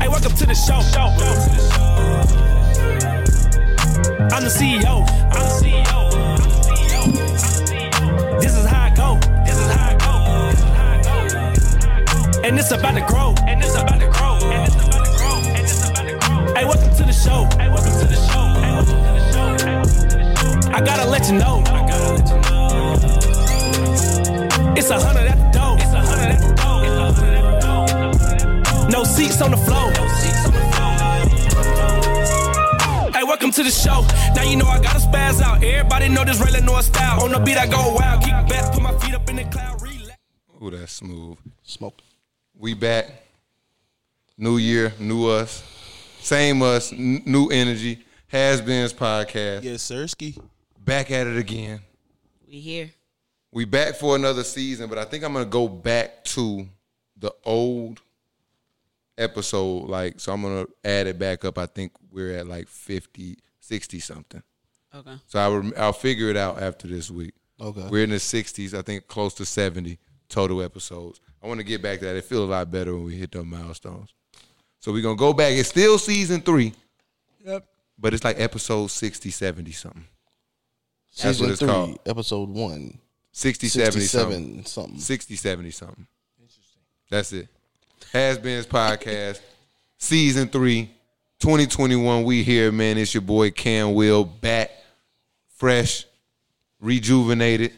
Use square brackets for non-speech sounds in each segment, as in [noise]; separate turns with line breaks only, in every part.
Welcome to the show. I'm the CEO. I'm the CEO. This is how I go. This is how I go. This is how I go. This is how I go. And it's about to grow. And it's about to grow. And it's about to grow. And it's about to grow. Hey, welcome to the show. Hey, welcome to the show. Hey, welcome to the show. Hey, welcome to the show. I gotta let you know. I gotta let you know. It's a hundred at the door. It's a hundred at the door. It's a hundred at the door. It's a hundred at the door. No seats on the floor. Hey, welcome to the show. Now you know I gotta spaz out. Everybody know this Raylan North style. On the beat, I go wild. Kick back, put my feet up in the cloud. Relax.
Ooh, that's smooth.
Smoke.
We back. New year, new us. Same us, n- new energy. Has been's podcast.
Yes, Sirski.
Back at it again.
We here.
We back for another season, but I think I'm gonna go back to the old episode. Like, so I'm gonna add it back up. I think we're at like 50, 60 something.
Okay.
So I rem- I'll figure it out after this week.
Okay.
We're in the 60s, I think close to 70 total episodes. I want to get back to that. It feels a lot better when we hit those milestones. So we're going to go back. It's still season three,
Yep.
but it's like episode 60, 70 something.
Season
what it's
three,
called.
episode one.
60, 70 something.
67 something.
60, 70 something. That's it. Has Been's podcast, [laughs] season three, 2021. We here, man. It's your boy Cam Will back, fresh, rejuvenated.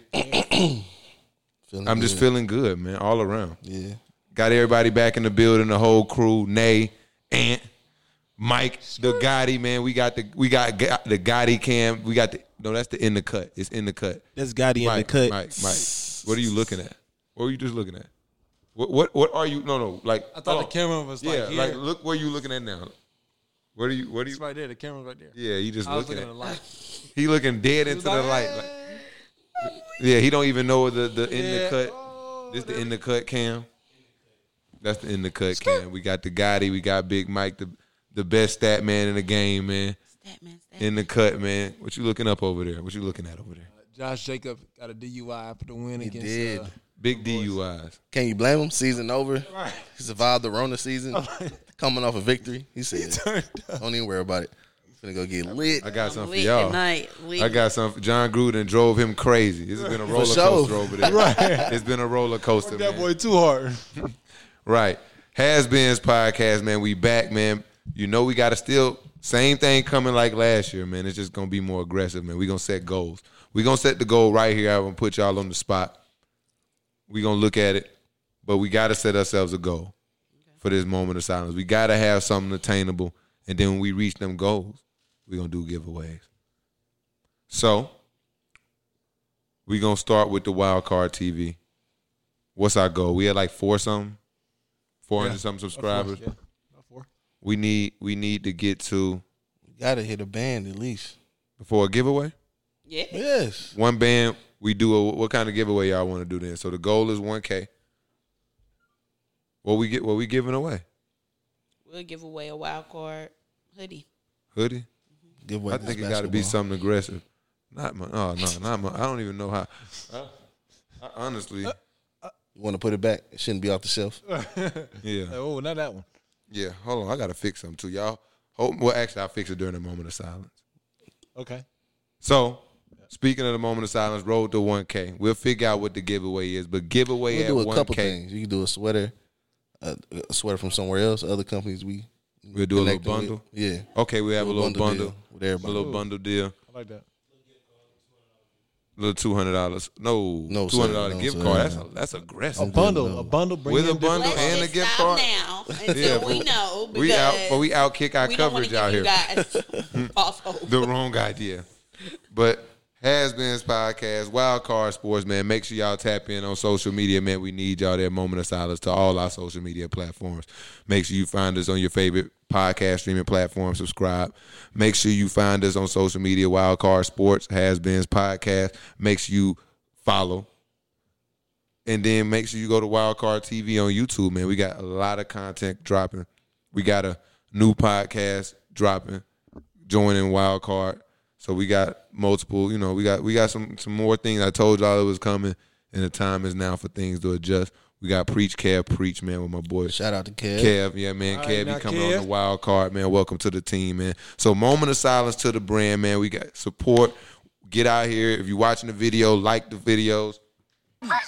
Feeling
I'm just
good.
feeling good, man, all around.
Yeah.
Got everybody back in the building, the whole crew, Nay, Ant, Mike, the Gotti, man. We got the we got Ga- the Gotti cam. We got the no, that's the in the cut. It's in the cut.
That's Gotti
Mike, Mike, Mike. What are you looking at? What were you just looking at? What what what are you no no like
I thought the camera was like
Oh, Yeah,
here.
like look where you looking at now. What are you what are you
it's right there. The camera's right there.
Yeah, you just
I was
looking,
looking at the
at
light.
he looking dead into the
like,
light. like- yeah, he don't even know the the in the
Yeah. Oh,
cut. this the in the cut cam. That's the in the cut cam. We got the Gotti, we got Big Mike, the the best stat man in the game, man.
Stat man, stat.
In the cut, man. What you looking up over there? What you looking at over there?
Josh Jacob got a DUI after the win against.
did.
[laughs]
Uh,
Big DUIs.
Can you blame him? Season over.
Right.
He survived the Rona [laughs] season. Coming off a victory. He said, don't even worry about it. Gonna go get lit.
I got
I'm
something
lit
for y'all.
tonight. Lit.
I got something. John Gruden drove him crazy. This has been a roller
sure.
coaster over
[laughs]
there. It's been a roller coaster.
that
man.
boy too hard.
Right. Has been's podcast, man. We back, man. You know we gotta still same thing coming like last year, man. It's just gonna be more aggressive, man. we gonna set goals. we gonna set the goal right here. I'm gonna put y'all on the spot. we gonna look at it. But we gotta set ourselves a goal for this moment of silence. We gotta have something attainable. And then when we reach them goals, we gonna do giveaways. So we gonna start with the wild card TV. What's our goal? We had like four something, four hundred
Yeah.
something subscribers.
Yeah. About four.
We need we need to get to
Gotta hit a band at least.
for a giveaway.
yeah.
Yes.
One band we do a what kind of giveaway y'all want to do then? So the goal is one k. What we get? What we giving away?
We'll give away a wild card hoodie.
Hoodie.
Give away
I
this
think it got to be
basketball.
something aggressive. Not my. Oh no, not my. I don't even know how. I, I honestly,
You wanna put it back? It shouldn't be off the shelf.
yeah.
Oh, not that one.
Yeah, hold on. I gotta fix something too, y'all. Hold, well, actually, I'll fix it during the moment of silence.
Okay.
So, speaking of the moment of silence, road to 1K. We'll figure out what the giveaway is, but giveaway
We
at
do a
1K.
couple things. You can do a sweater, a, a sweater from somewhere else. Other companies we
We'll do a little
connected with.
bundle.
Yeah,
Okay, we have a little bundle,
deal with everybody.
a little bundle deal,
I like that.
a little two hundred dollars. No,
No,
two hundred dollar
sir, no,
gift
sir,
card.
no.
That's a, that's
A
aggressive.
bundle.
no.
A bundle. Bring
With
in
a bundle
different-
and-
Let's just
a gift
stop
card.
now until
[laughs] Yeah,
we know because
We out, but we out kick our
we don't wanna
coverage
give you
out here. [laughs]
guys false hope.
the wrong idea. But has been's podcast, Wild Card Sports, man. Make sure y'all tap in on social media, man. We need y'all there. Moment of silence to all our social media platforms. Make sure you find us on your favorite podcast streaming platform. Subscribe. Make sure you find us on social media, Wild Card Sports, has been's podcast. Make sure you follow. And then make sure you go to Wildcard TV on YouTube, man. We got a lot of content dropping. We got a new podcast dropping, joining Wildcard. So we got multiple, you know, we got we got some some more things. I told y'all it was coming, and the time is now for things to adjust. We got Preach Kev Preach, man, with my boy
Shout out to Kev.
Kev. Yeah, man.
All right,
Kev,
now,
you coming
Kev.
on the wild card, man. Welcome to the team, man. So moment of silence to the brand, man. We got support. Get out here. If you're watching the video, like the videos.
Push the goddamn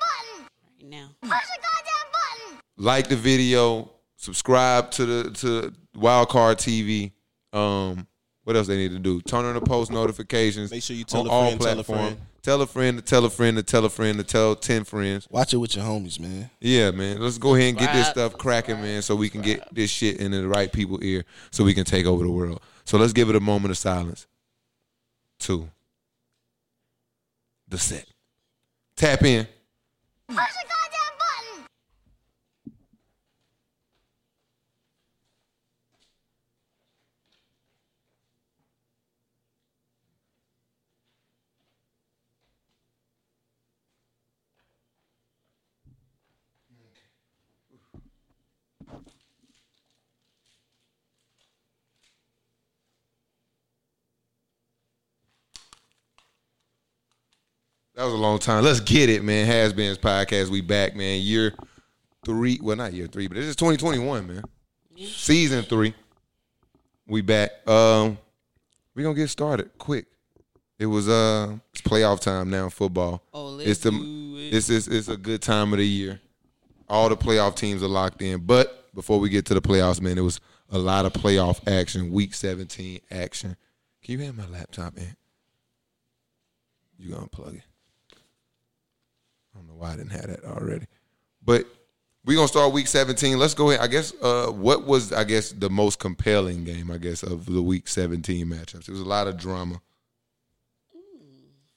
button!
right now.
Push the goddamn button!
like the video, subscribe to the to Wildcard TV. Um, what else they need to do? Turn on the post notifications.
Make sure you tell
on
a
all
friend, tell a
platform.
friend.
Tell a friend to tell a friend to tell a friend to tell ten friends.
Watch it with your homies, man.
Yeah, man. Let's go ahead and get this
Subscribe.
stuff cracking, man, so we can get this shit into the right people ear, so we can take over the world. So let's give it a moment of silence. To the set. Tap in.
Push the goddamn button!
That was a long time. Let's get it, man. Has Been's podcast. We back, man. Year three. Well, not year three, but this is 2021, man. Season three. We back. Um, we gonna get started quick. It was uh it's playoff time now in football.
Oh, let's
it's the
do it.
it's, it's it's a good time of the year. All the playoff teams are locked in. But before we get to the playoffs, man, it was a lot of playoff action. Week 17 action. Can you hand my laptop in? You gonna plug it? I don't know why I didn't have that already. But we're gonna start week 17. Let's go ahead. I guess uh, what was I guess the most compelling game, I guess, of the week 17 matchups. It was a lot of drama.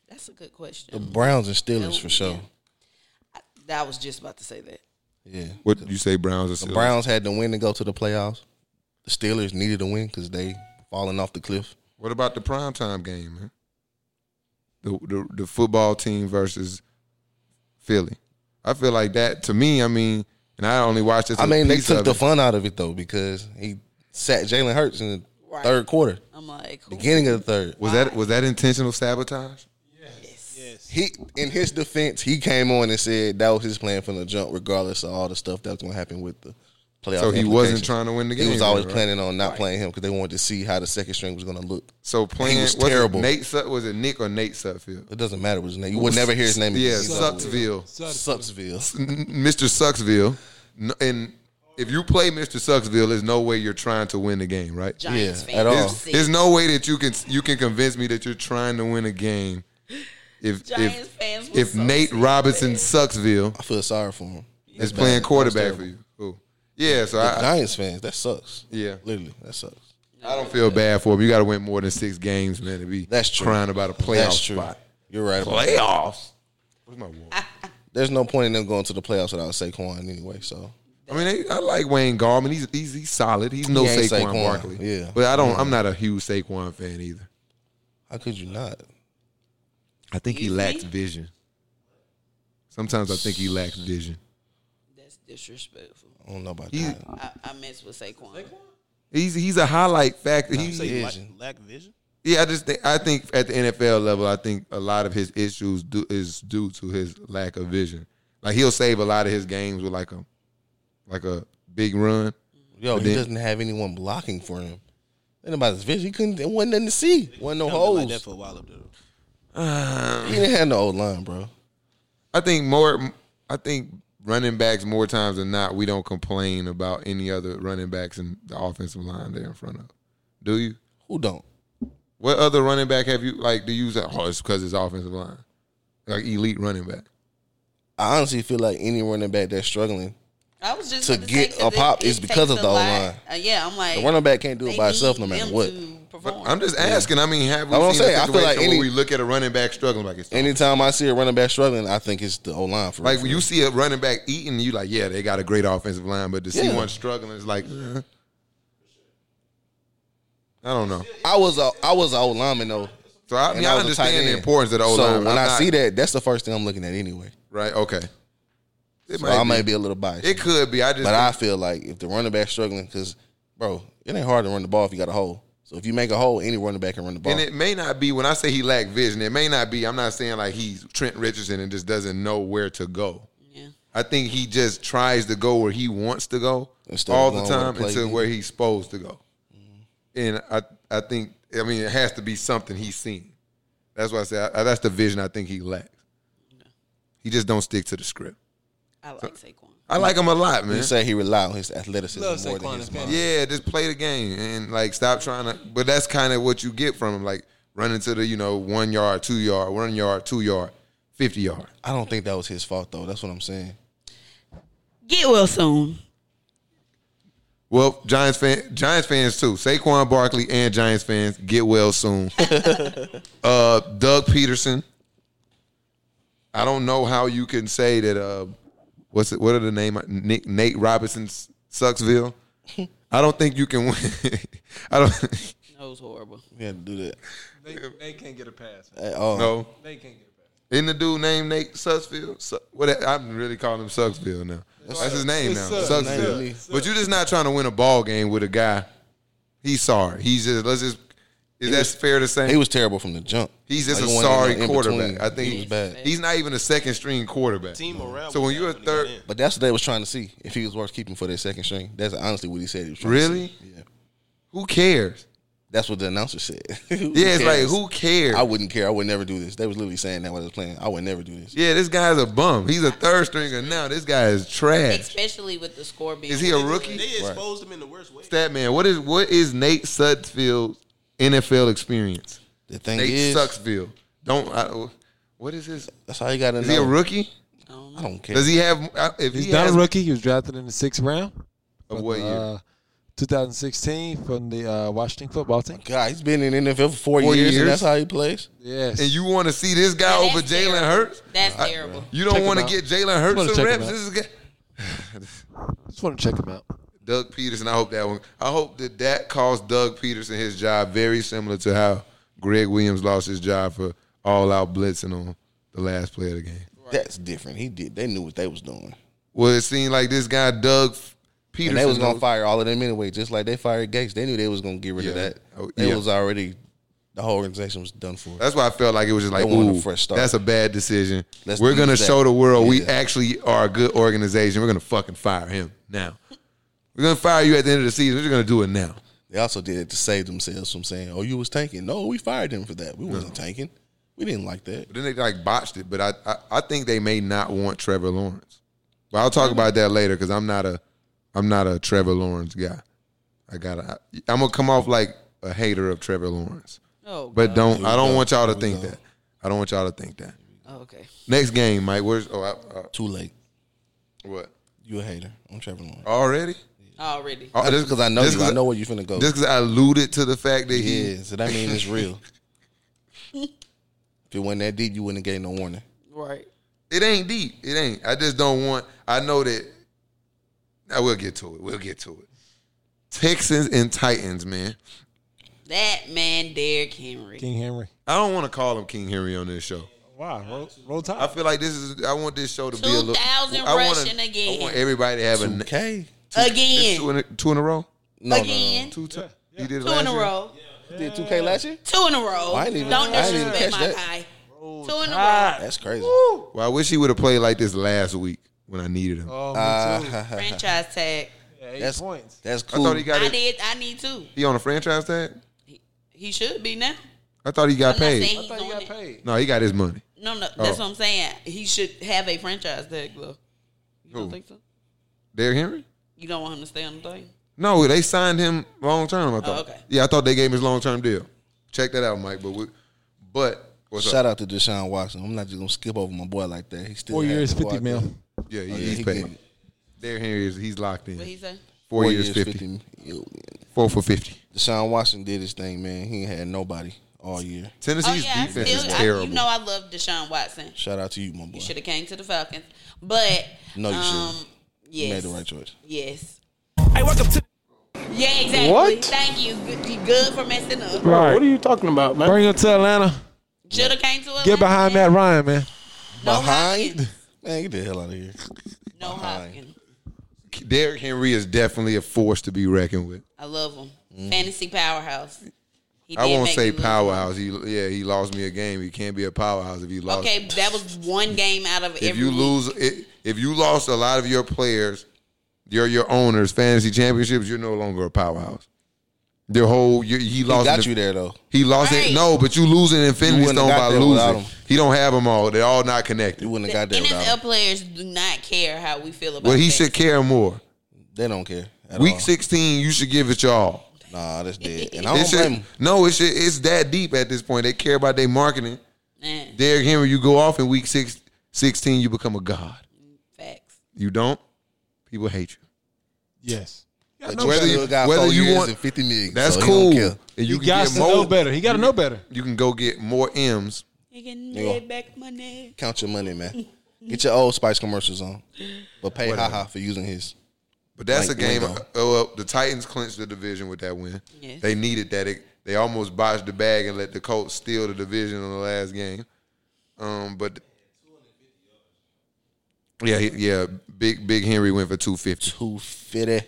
That's a good
The
Mm.
question.
Browns and Steelers for sure.
That was just about to say that.
Yeah.
What did you say Browns or
The
Steelers?
Browns had to win to go to the playoffs. The Steelers needed to win because they falling off the cliff.
What about the primetime game, man? The, the the football team versus Philly. I feel like that to me, I mean, and I only watched this.
I mean, they
piece
took
of
the
it.
fun out of it though because he sat Jalen Hurts in the
Right.
third quarter,
I'm like, who?
beginning of the third.
Was that was that intentional sabotage?
He, in his defense, he came on and said that was his plan from the jump, regardless of all the stuff that was going to happen with the playoffs.
So he wasn't trying to win the game.
He was always
right?
planning on not playing him because they wanted to see how the second string was going to look.
So playing
was
was terrible.
terrible.
It Nate Sut- was it Nick or Nate Sutfield?
It doesn't matter what his name. You would never hear his name.
Yeah,
again.
Sucksville.
Sucksville.
N- Mr. Sucksville. N- And if you play Mr. Sucksville, there's no way you're trying to win the game, right?
Giants
Yeah,
fan.
at all.
Let's
There's,
see.
there's no way that you can you can convince me that you're trying to win a game. If
Giants
if,
fans was
if
so
Nate
sick.
Robinson Sucksville
[laughs] I feel sorry for him.
is
That's
playing
bad.
quarterback
That's
for
terrible.
you, Who? yeah. So
The
I,
Giants fans, that sucks.
Yeah.
literally, that sucks.
I don't feel bad for him. You got to win more than six games, man, to be
That's true.
crying about a playoff
That's true.
spot.
You're right. about that.
Playoffs. Where's my wall?
There's no point in them going to the playoffs without Saquon anyway. So
I mean, they, I like Wayne Gallman. He's he's, he's solid. He's no
He ain't
Saquon,
Saquon,
Barkley.
yeah.
but I don't. I'm not a huge Saquon fan either.
how could you not?
I think he
You
lacks
think?
vision. Sometimes I think he lacks vision.
That's disrespectful.
I don't know about
He-
that.
I, I mess with Saquon.
He's he's a highlight factor.
You
He's,
say lack,
Vision.
lack vision?
yeah, I just think I think at the NFL level, I think a lot of his issues do, is due to his lack of vision. Like he'll save a lot of his games with like a like a big run.
Yo,
But
he
then-
doesn't have anyone blocking for him. Ain't nobody's vision. He couldn't. It wasn't nothing to see. Wasn't
Kinda
no
been Like
holes.
that for a while up there.
Um,
he didn't have no old line, bro.
I think more. I think running backs more times than not, we don't complain about any other running backs in the offensive line they're in front of. Do you?
Who don't?
What other running back have you like? Do you say, oh, it's because it's offensive line, like elite running back?
I honestly feel like any running back that's struggling,
I was just
To
about
get
say, 'cause
a pop is because
takes
of the
a lot.
O-line.
Uh, yeah, I'm like
the running back can't do
they
it by itself no
need
matter
them
what.
to
But
perform.
I'm just asking. I mean, have we
That's what I'm
seen a
saying. I
situation
feel like any-
where we look at a running back struggling like it's
Anytime I see a running back struggling, I think it's the O line for
like
real.
when you see a running back eating, you like, yeah, they got a great offensive line, but to see
Yeah.
one struggling is like, eh. I don't know.
I was a I was an old lineman though.
So I, I mean,
and
I,
was a tight
understand the
end.
importance of the O
So
line.
when I see that, that's the first thing I'm looking at anyway.
right? Okay, it
So
might
I
be.
may be a little biased,
It could be. I just
but I feel like if the running back struggling, because bro, it ain't hard to run the ball if you got a hole. So if you make a hole, any running back can run the ball.
and it may not be when I say he lacked vision. It may not be. I'm not saying like he's Trent Richardson and just doesn't know where to go.
yeah.
I think he just tries to go where he wants to go
Instead of
all the
going where the
time
play
until
is.
where he's supposed to go. And I, I think, I mean, it has to be something he's seen. That's why I say I, that's the vision I think he lacks. He just don't stick to the script.
I like Saquon.
I like him a lot,
You
man.
say he relied on his athleticism
Love
more
Saquon
than his
and Penny.
mind.
Yeah, just play the game and like stop trying to. But that's kind of what you get from him, like running to the you know one yard, two yard, one yard, two yard, fifty yard.
I don't think that was his fault though. That's what I'm saying.
Get well soon.
Well, Giants fan, Giants fans too. Saquon Barkley and Giants fans get well soon. uh, Doug Peterson. I don't know how you can say that. Uh, what's it? What are the name? Nick Nate Robinson's Sucksville. I don't think you can win. [laughs] I don't.
That was horrible.
We had to do that.
They, they can't get a pass. Man.
At all.
know.
They can't get a
Isn't the dude named Nate Sucksfield? Su- what I'm really calling him Sucksfield now. That's his name
It's
now,
Suggs.
Sucksfield.
It's
But you're just not trying to win a ball game with a guy. He's sorry. He's just let's just. Is that
was-
fair to say?
He was terrible from the jump.
he's just
Like,
a
one
sorry
in the- in
quarterback.
between.
I think
he was bad.
he's not even a second string quarterback.
Team morale.
So when
was
you're a
down
third-
he got in.
But that's what they was trying to see if he was worth keeping for their second string. That's honestly what he said. He was trying to
Really?
see. Yeah.
Who cares?
That's what the announcer said. [laughs] yeah,
Yeah, it's like who cares?
I wouldn't care. I would never do this. They was literally saying that while they was playing. I would never do this.
yeah, this guy's a bum. He's a third stringer now. This guy is trash.
Especially with the score being.
Is he a
what it
rookie?
was.
They exposed him in the worst way.
Stat man, what is what is Nate Sucksfield's NFL experience?
The thing
Nate
is,
Sucksfield. Don't. I, what is his?
that's how you got to know.
Is he a rookie?
I don't
I
know.
don't care.
Does he have? uh, If
He's
he
not
has,
a rookie. He was drafted in the sixth round.
Of what year?
Uh, 2016 from the uh, Washington football team.
God, he's been in NFL for four,
Four
years,
years?
and that's how he plays.
Yes.
and you want to see this guy
Yeah,
over
that's
Jalen
terrible.
Hurts,
That's terrible.
you
Check
don't
him
want to
out.
get Jalen
wanna
Hurts some
check him
reps. This is a guy.
just want to check him out.
Doug Peterson. I hope that one. I hope that that cost Doug Peterson his job, very similar to how Greg Williams lost his job for all-out blitzing on the last play of the game.
That's different. He did. They knew what they was doing,
Well, it seemed like this guy Doug Peterson
and they was gonna fire all of them anyway. Just like they fired Gates, they knew they was gonna get rid of
Yeah.
that.
Oh,
They
yeah.
was already the whole organization was done for.
That's why I felt like it was just like,
They wanted a
ooh,
fresh start.
that's a bad decision.
Let's
We're
use
gonna
that.
show the world we
Yeah.
actually are a good organization. We're gonna fucking fire him now. We're gonna fire you at the end of the season. We're just gonna do it now.
They also did it to save themselves from saying, "Oh, you was tanking." No, we fired him for that. We wasn't tanking. We didn't like that.
But then they like botched it. But I, I, I think they may not want Trevor Lawrence. But I'll talk about that later because I'm not a, I'm not a Trevor Lawrence guy. I gotta, I, I'm gonna come off like a hater of Trevor Lawrence.
Oh,
But
God.
don't, I don't
go.
want y'all to
Here we
think
go.
that. I don't want y'all to think that.
Oh, okay.
Next game, Mike. Where's oh I, uh,
Too late.
what
You a hater on Trevor Lawrence?
already?
Already.
Oh,
Just because I know
this
you,
'cause
I know where you finna go.
Just because I alluded to the fact that he,
yeah, so that means it's real.
[laughs]
if it wasn't that deep, you wouldn't have gave no warning.
Right.
it ain't deep. It ain't. I just don't want. I know that. I will get to it. We'll get to it. Texans and Titans, man.
That man, Derrick Henry.
King Henry.
I don't want to call him King Henry on this show.
Wow. Roll, roll
I
tide.
feel like this is. I want this show to be a little.
2000
I wanna-
rushing again.
I want everybody to have a na-
Okay.
Again.
two oh, in a, two in a row.
No, no, no.
Again.
Two, ti- He did it
Two in
last
a
year?
row.
Did 2K last year?
Two in a row.
I ain't even-
don't
I ain't even
disrespect my
catch that.
pie. Two in a row.
That's crazy.
Well, I wish he would have played like this last week when I needed him.
Oh, me too.
[laughs] Uh,
Franchise tag.
Yeah, eight
that's
points.
That's
I
cool.
thought he [laughs] got
I
it.
did. I need two.
He on a franchise tag.
He, he should be now.
I thought he got
I'm not
paid.
saying
I
he's
thought he
on
got
it.
paid.
No, he got his money.
No, no. That's
Oh.
what I'm saying. He should have a franchise tag, though. You don't
Who?
think so?
Derrick Henry.
You don't want him to stay on the thing?
No, they signed him long term. I thought.
Oh, okay.
Yeah, I thought they gave him his long term deal. Check that out, Mike. But we, but what's
Shout
up?
out to Deshaun Watson. I'm not just gonna skip over my boy like that. He still
Four
had
years,
the boy
50
out
mil.
there.
Yeah, he,
Oh, yeah,
he's
he
paid.
getting it.
Derrick Henry is he's locked in.
What he say?
four, years, 50.
50.
Four for fifty.
Deshaun Watson did his thing, man. He ain't had nobody all year.
Oh,
Tennessee's
yeah. I
defense
still,
is
I,
terrible.
you know I love Deshaun Watson.
Shout out to you, my boy.
You should have came to the Falcons. But,
No, you
um,
shouldn't. You made
yes.
the right choice.
Yes.
Hey, welcome to.
Yeah, exactly.
What?
Thank you. Good, you good for messing up.
What are you talking about, man?
Bring him to Atlanta.
Should have came to us.
Get behind Matt Ryan, man.
No
Behind?
Hopkins.
[laughs] Man, get the hell out of here.
No Hopkins.
Derrick Henry is definitely a force to be reckoned with.
I love him. Fantasy powerhouse. He
Mm. I
did
won't
make
say
me lose.
powerhouse. He, yeah, he lost me a game. He can't be a powerhouse if you lost.
Okay, that was one game out of every.
if you
week.
lose, i if you lost a lot of your players, your your owners, fantasy championships, you're no longer a powerhouse. Their whole you, he
He
lost.
got
the-
you there though.
He lost
Right.
it. No, but you losing Infinity
You wouldn't
Stone
have
by
got there without
losing.
him.
He don't have them all. They're all not connected.
You wouldn't
The
have got there without
NFL
him.
players do not care how we feel about.
Well, he
things.
should care more.
They don't care. At
Week
all.
16, you should give it y'all.
Nah, that's dead. And I
It
don't
should-
blame him.
no, it should, it's that deep at this point. They care about their marketing.
Eh,
Derrick Henry, you go off in week six, 16, you become a god.
facts.
You don't, people hate you.
Yes.
But
know whether
you
you-
still got
whether
four
you
years
want-
and fifty million.
That's
so he
cool.
don't
And
care.
you,
You
can
got
get
to
more,
know better. He got to know better.
You can go get more M's.
You can
Yeah.
lay back money.
Count your money, man. Get your old Spice commercials on, but pay haha for using his.
But that's
Like,
a game.
window.
Oh, well, the Titans clinched the division with that win.
Yes.
They needed that. It, they almost botched the bag and let the Colts steal the division in the last game. Um, but yeah, he- yeah, big big Henry went for two fifty.
Two fifty.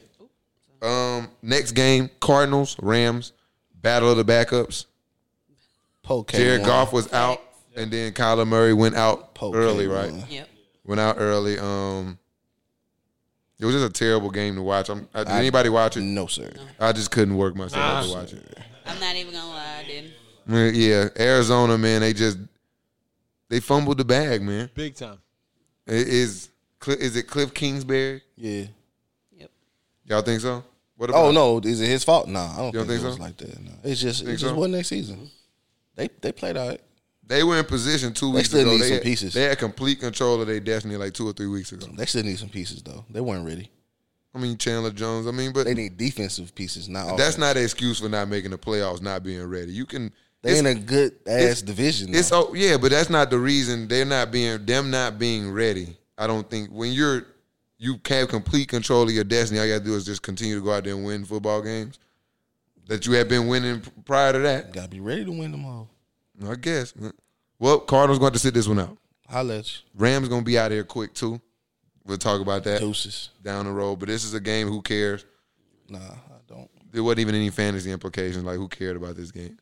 Um, next game, Cardinals Rams battle of the backups.
Poke.
Jared
one.
Goff was out, and then Kyler Murray went out
Poke
early.
one.
Right,
Yep.
went out early. Um, it was just a terrible game to watch. I'm, I, did
I-
anybody watch it?
No sir.
I just couldn't work myself out to watch it.
I'm not even gonna lie. I didn't.
Man, Yeah, Arizona, man, they just they fumbled the bag, man.
Big time.
It Is Cl- is it Cliff Kingsbury?
Yeah.
Yep.
Y'all think so? What about
Oh no, is it his fault? Nah, I don't
You don't
think,
think
it was
so?
like that. No. It's just it just
so?
wasn't next season. They they played all right.
They were in position two weeks
still
ago.
need
they
some
had,
pieces.
They had complete control of their destiny like two or three weeks ago.
They still need some pieces though. They weren't ready.
I mean Chandler Jones. I mean, but
They need defensive pieces, not offense.
that's not an excuse for not making the playoffs, not being ready. You can.
They
it's,
in a good ass division.
it's
though.
oh yeah, but that's not the reason they're not being them not being ready. I don't think when you're you have complete control of your destiny. All you gotta do is just continue to go out there and win football games that you have been winning p- prior to that.
gotta be ready to win them all.
I guess. Well, Cardinals going to sit this one out.
Holla at you.
Rams going to be out of here quick too. We'll talk about that
Deuces.
down the road. But this is a game. Who cares?
Nah, I don't.
There wasn't even any fantasy implications. Like who cared about this game?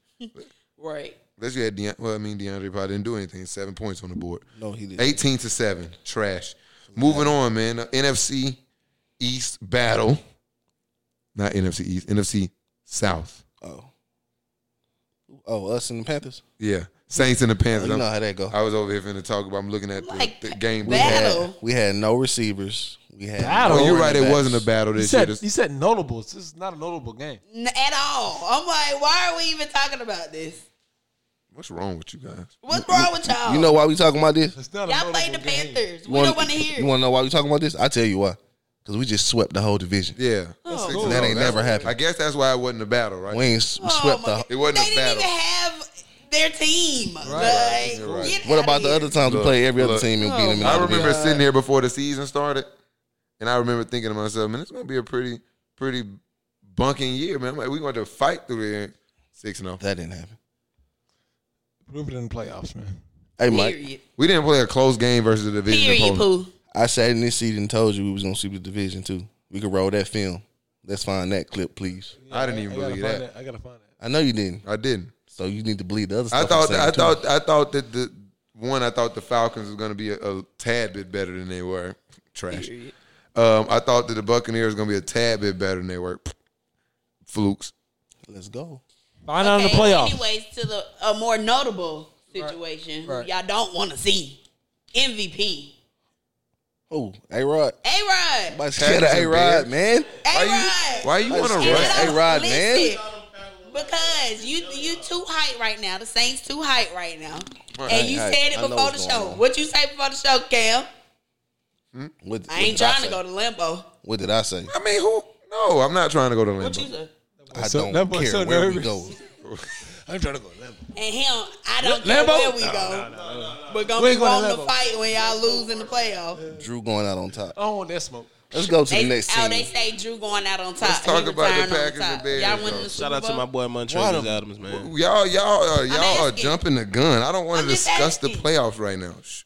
Right.
Unless you had Deon- well, I mean DeAndre probably didn't do anything. Seven points on the board.
No, he didn't.
18 to 7. Trash. Moving on, man. The NFC East battle. Not NFC East, NFC South.
Oh. Oh, us and the Panthers.
Yeah. Saints and the Panthers.
You know
I'm-
how that go.
I was over here finna talk about I'm looking at the,
Like,
the game
We had-
Battle.
We had no receivers. We had
Battle?
Oh,
Oh,
you're
running
right. It
backs.
wasn't a battle
He
this year.
said,
This-
he said notables. This is not a notable game.
N- at all. I'm like, why are we even talking about this?
What's wrong with you guys?
What's wrong with y'all?
You know why we talking about this?
It's not a
y'all
notable
played the
game.
Panthers.
You
we
wanna-
don't want to hear.
You
it.
want to know why we talking about this? I tell you why. Because we just swept the whole division.
Yeah.
Oh.
Cool.
That ain't
That's-
never happened.
I guess that's why it wasn't a battle, right?
We ain't s-
Oh,
swept
my
the.
God.
It wasn't
they
a
didn't
battle.
even have their team.
right.
Like,
You're right.
get
What
outta
about the
here.
other times
Look,
we played every other
look.
team and
Oh,
beat them? in
my
I
the
remember
division?
sitting here before the season started, and I remember thinking to myself, man, it's gonna be a pretty, pretty bunking year, man. I'm like, we going to fight through here. Six and oh. zero.
That didn't happen.
Prove it in the playoffs, man.
Hey, Mike.
Period.
We didn't play a close game versus the division
Period.
opponent.
Pooh.
I sat in this seat and told you we was gonna sweep the division too. We could roll that film. Let's find that clip, please.
I didn't even
I gotta
believe
find
that.
that. I gotta find that.
I know you didn't,
I didn't.
so you need to believe the other
I
stuff.
thought.
I'm
I
saying, too.
thought. I thought that the one. I thought the Falcons was going to be a, a tad bit better than they were. Trash. Um, I thought that the Buccaneers was going to be a tad bit better than they were. Flukes.
Let's go.
Find out in the
Okay,
playoffs.
Anyways, to the a more notable situation who
Right.
y'all don't want to see. MVP.
Oh, A Rod.
A Rod.
Somebody scared of
Patterson
A Rod,
Bears.
man.
A
Why
Rod.
you? Why you want to
Hey,
run?
Hey, Rod, man.
Because you you too hype right now. The Saints too hype right now.
I
And you
ain't
said
hype.
it
I know
before the
what's
show.
going on.
What you say before the show, Cam?
What,
I ain't trying to go to Limbo.
What did I say?
I mean, who? No, I'm not trying to go to
What you
Lambeau.
say?
I
So-
don't
that boy
care
so
where we
nervous.
go.
And him, I don't care
Lambo?
where we go. We're gonna
We
be
ain't going to
wanting to
Lambo.
fight when y'all lose in the playoff.
Drew going out on top.
I don't want that smoke.
Let's go to
They,
the next
oh, they
team.
say Drew going out on top.
Let's talk
He
about the
retiring on
Packers and
top.
Bears,
Y'all winning
though.
the Super
Shout out to
Bowl?
my boy Montrezl Adams, man.
Y'all, y'all, uh, y'all are
asking.
jumping the gun. I don't want
I'm
to
just
discuss the
asking.
playoffs right now. Shh.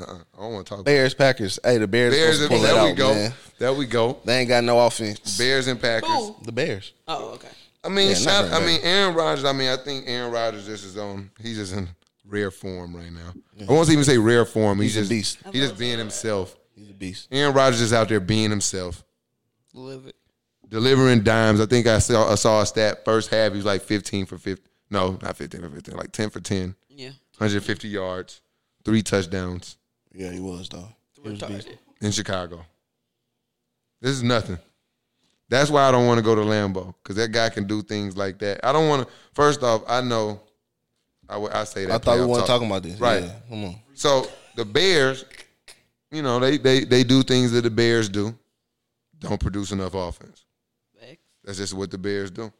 Uh-uh. I don't want to talk. about
Bears, Packers. Hey, the Bears.
Bears.
Bears pull
there
it
we
out,
go.
man.
There we go.
They ain't got no offense.
Bears and Packers.
Who?
The Bears.
Oh, okay.
I mean,
Yeah, not
shout,
that
I
bad.
mean, Aaron Rodgers. I mean, I think Aaron Rodgers. This is on. He's just in rare form right now. I won't even say rare form. He's,
He's a
just
beast.
He's just being himself.
He's a beast.
Aaron Rodgers is out there being himself,
Live it.
delivering dimes. I think I saw I saw a stat first half. He was like fifteen for fifty. No, not fifteen for fifteen. Like ten for 10,
Yeah.
150 yards, three touchdowns
Yeah, he was though. He was a beast.
Retarded.
in Chicago. This is nothing. That's why I don't want to go to Lambeau because that guy can do things like that. I don't want to. First off, I know. I, would- I say that.
I thought we
playoff
weren't
talk.
talking about this.
Right.
Yeah, come on.
So the Bears, you know, they they they do things that the Bears do. Don't produce enough offense.
Facts.
That's just what the Bears do.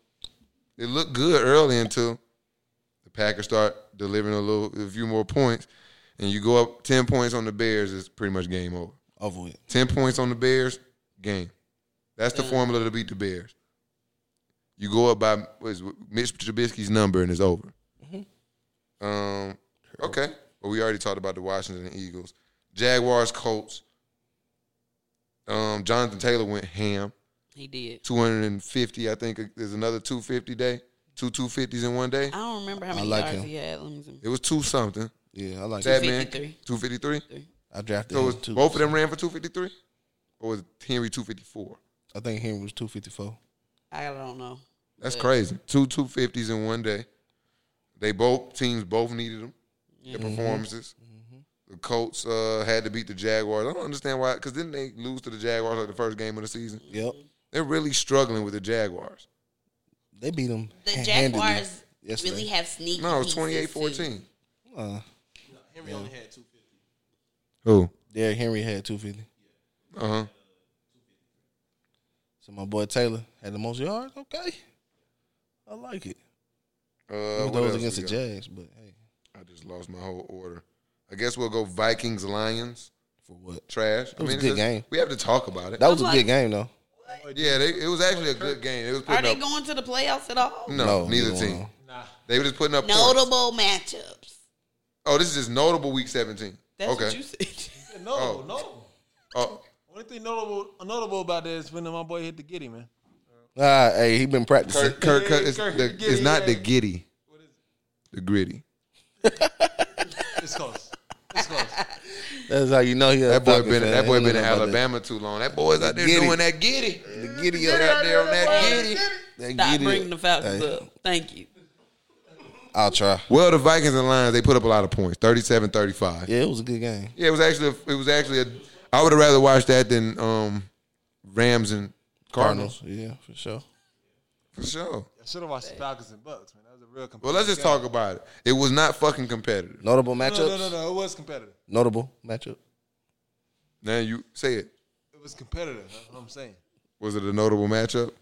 It looked good early until the Packers start delivering a little, a few more points, and you go up ten points on the Bears. It's pretty much game over.
Over with.
Ten points on the Bears, game. That's the formula to beat the Bears. You go up by what is it, Mitch Trubisky's number and it's over. Um, okay, but we already talked about the Washington Eagles, Jaguars, Colts. Um, Jonathan Taylor went ham.
He did.
Two hundred and fifty, I think. There's another two fifty day, two two fifties in one day.
I don't remember how
I
many
like
yards
him.
he had. Let me see.
It was two something.
Yeah, I like
That
it.
man,
253.
two fifty three.
I drafted
So
him
was,
too.
both of them ran for two fifty three, or was Henry two fifty four?
I think Henry was two fifty four.
I don't know.
That's
But-
crazy. Two two fifties in one day. They both teams both needed them. Their
Mm-hmm.
performances. The Colts uh, had to beat the Jaguars. I don't understand why, because didn't they lose to the Jaguars like the first game of the season?
Yep.
They're really struggling with the Jaguars.
They beat him.
The
handedly
Jaguars
yesterday.
really have sneaky.
No, it's
pieces,
28-14.
Uh,
Henry only had two fifty.
Who?
Derrick Henry had two fifty.
Uh huh.
So my boy Taylor had the most yards. Okay, I like it.
Uh,
Even
what
though it was
else
against
we
the
got?
Jags, but hey,
I just lost my whole order. I guess we'll go Vikings Lions
for what?
trash. I
was a
it's
good
just-
game.
We have to talk about it.
That was
I'm
a
like-
good game though.
yeah, they, it was actually a good game. It was
Are
putting
they
up. Mm,
going to the playoffs at all?
no,
No,
neither
neither
team.
one.
They were just putting up. points.
Notable matchups.
Oh, this is just notable week 17.
That's
okay.
what
[laughs]
you said.
No,
Oh.
no.
oh,
Only thing notable notable about that is when my boy hit the giddy man.
Ah, hey, he been practicing.
Kirk, Kirk,
Yeah,
Kirk, it's,
Kirk,
the,
giddy,
it's not the
yeah.
giddy.
What is it?
The gritty.
It's close. It's close.
That's how you know he. a
That boy
Falcon
been
fan.
that boy
He
been in
don't know about that.
Alabama too long. That boy's out there
Giddy.
doing that giddy.
The giddy
They're out
up.
there on that giddy.
That
Stop
giddy up.
bringing the Falcons
Hey,
up. Thank you.
I'll try.
Well, the Vikings and Lions they put up a lot of points, 37-35. Yeah,
Yeah, it was a good game.
it was actually a, it was actually a. I would have rather watched that than um, Rams and Cardinals,
Cardinals. Yeah, for sure.
for sure.
I should have watched the Falcons and Bucks, man. That was a real competitive.
Well, let's just
game.
talk about it. It was not fucking competitive.
Notable matchups.
No, no, no, no. It was competitive.
Notable matchup.
Now you say it.
It was competitive. That's what I'm saying.
Was it a notable matchup?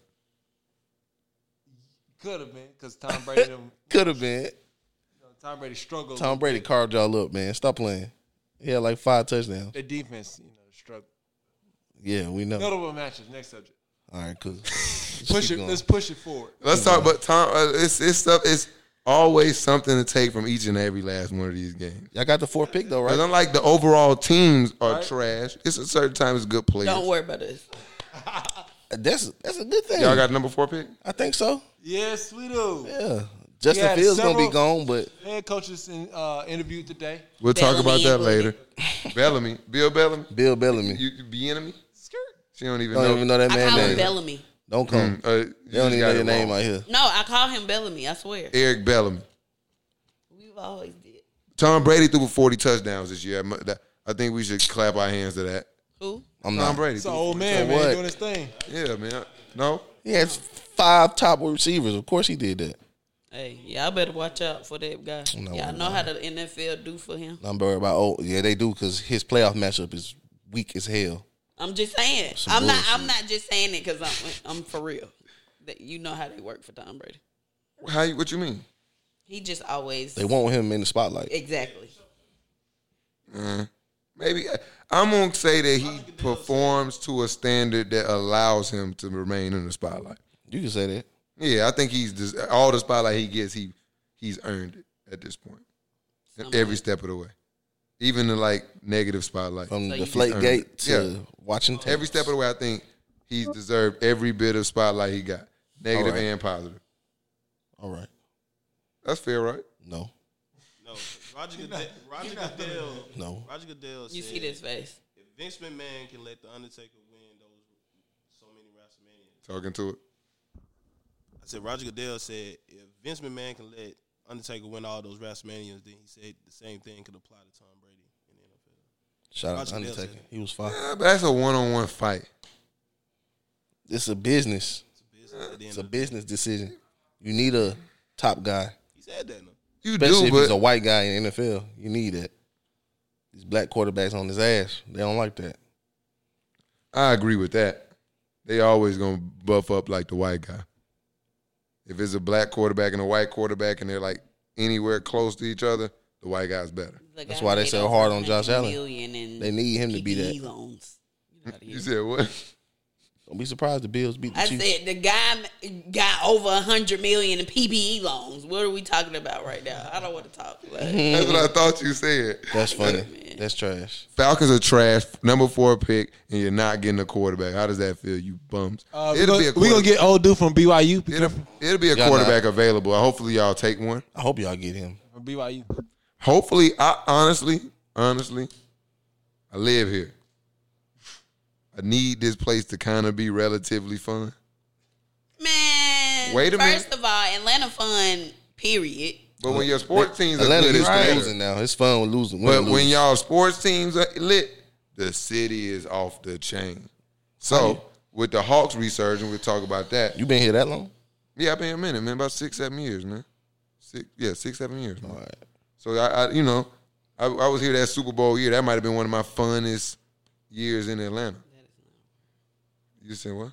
Could have been because Tom Brady, them,
Could have been.
you know, Tom Brady struggled.
Tom Brady carved y'all up, man. Stop playing. He had like five touchdowns.
Their defense, you know, struggled.
Yeah, we know.
Notable matches. Next subject.
All right, cool. Let's
Push
keep
it.
going.
Let's push it forward.
Let's talk. But Tom, uh, it's it's stuff. It's always something to take from each and every last one of these games.
Y'all got the four pick though, right?
Because unlike the overall teams are
Right.
trash, it's a certain time it's good players.
Don't worry about us.
That's that's a good thing.
Y'all got number four pick.
I think so.
Yes, we do.
Yeah, Justin
Yeah,
Fields gonna be
several-
gone, but
Head coaches in, uh, interviewed today.
We'll talk about
Bellamy
that later.
included.
Bellamy, Bill Bellamy,
Bill Bellamy.
you, you be enemy.
Skirt.
She don't even
don't
know.
even know that
I
man
call him
name.
Bellamy.
Don't come.
Mm, uh, you
They don't
just
even
got
know
it
your name
wrong.
out here.
No, I call him Bellamy. I swear.
Eric Bellamy.
We've always did.
Tom Brady threw for forty touchdowns this year. I mu- that- I think we should clap our hands to that.
Who?
I'm
Tom
not.
Brady.
It's an
threw-
old man,
So
man,
what?
doing his thing.
Yeah, man. No,
He has five top receivers. Of course, he did that.
Hey, y'all better watch out for that guy.
No,
y'all
no.
know how the NFL do for him.
I'm worried about. Oh, yeah, they do because his playoff matchup is weak as hell.
I'm just saying.
Some
I'm not. I'm
bullshit.
not just saying it because I'm. I'm for real. That you know how they work for Tom Brady.
how? You, what you mean?
He just always
They want him in the spotlight.
exactly.
Maybe uh, I'm gonna say that he performs to a standard that allows him to remain in the spotlight.
You can say that.
Yeah, I think he's des- all the spotlight he gets. He he's earned it at this point, every step of the way, even the like negative spotlight.
From
So
the
you
flate
just-
gate to
Yeah.
watching tapes.
every step of the way, I think he's deserved every bit of spotlight he got, negative
All right.
and positive.
All right.
That's fair, right?
No.
No, Roger Goodell. Roger Goodell.
No.
Roger Goodell.
You
said,
see this face.
If Vince McMahon can let the Undertaker win those so many WrestleMania,
Talking to it.
I said Roger Goodell said if Vince McMahon can let Undertaker win all those WrestleManias, then he said the same thing could apply to Tom Brady in the NFL.
Shout out
Roger
to
Goodell said
Undertaker. He was fine.
Yeah, but that's a one on one fight.
It's a business.
It's business at the end
It's a
of the-
business decision. You need a top guy,
he said that. No.
You
especially
do,
if he's
but
a white guy in the NFL. You need that. These black quarterbacks on his ass. They don't like that.
I agree with that. They always gonna buff up like the white guy. If it's a black quarterback and a white quarterback and they're like anywhere close to each other, the white guy's better.
The
That's
guy
why they
made
so
over
hard on Josh
90
Allen.
million and
They need him to be
PPE
that.
Loans. Get outta here.
You said what?
Don't be surprised the Bills beat the
I
Chiefs.
said the guy m- got over a hundred million in PPE loans. What are we talking about right now? I don't want to talk.
[laughs]
Like,
That's what I thought you said.
That's funny. That's trash.
Falcons are trash, number four pick, and you're not getting a quarterback. How does that feel, you bums?
Uh, we gonna, we gonna get old dude from BYU. Be
it'll,
careful.
it'll be a
Y'all
quarterback available. Hopefully, y'all take one.
I hope y'all get him.
From BYU.
Hopefully, I honestly, honestly, I live here. I need this place to kind of be relatively fun.
Man,
Wait a
first
minute.
of all, Atlanta fun. Period.
But when your sports teams are
Atlanta
lit,
used
it's
to
better.
losing now. It's fun with losing.
But
losing.
when y'all sports teams are lit, the city is off the chain. So with the Hawks resurgence, we'll talk about that.
you been here that long?
Yeah, I've been here a minute, man. About six, seven years, man. Six, yeah, six, seven years. Man.
All right.
So I, I, you know, I, I was here that Super Bowl year. That might have been one of my funnest years in Atlanta. You said what?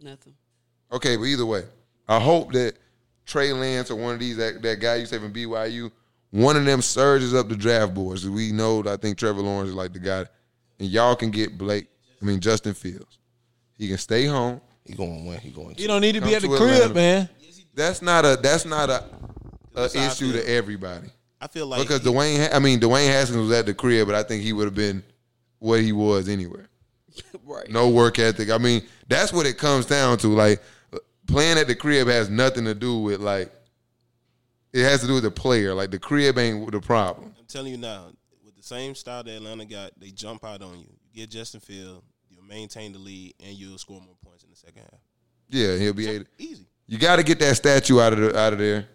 Nothing. [laughs]
Okay, but either way, I hope that Trey Lance or one of these that, that guy you say from BYU, one of them surges up the draft boards. We know I think Trevor Lawrence is like the guy, and y'all can get Blake. I mean Justin Fields. He can stay home.
He going one. He going
You
two.
don't need to
Come
be at the
to
crib,
Atlanta.
man.
That's not a that's not a, a
That's how I
issue to
feel.
everybody.
I feel like
because
he-
Dwayne, Ha- I mean Dwayne Haskins was at the crib, but I think he would have been what he was anywhere.
Right.
No work ethic. I mean, that's what it comes down to. Like playing at the crib has nothing to do with like it has to do with the player. Like the crib ain't the problem.
I'm telling you now, with the same style that Atlanta got, they jump out on you. You get Justin Field, you'll maintain the lead, and you'll score more points in the second half.
Yeah, he'll be. Able.
Easy.
You got to get that statue out of the, out of there.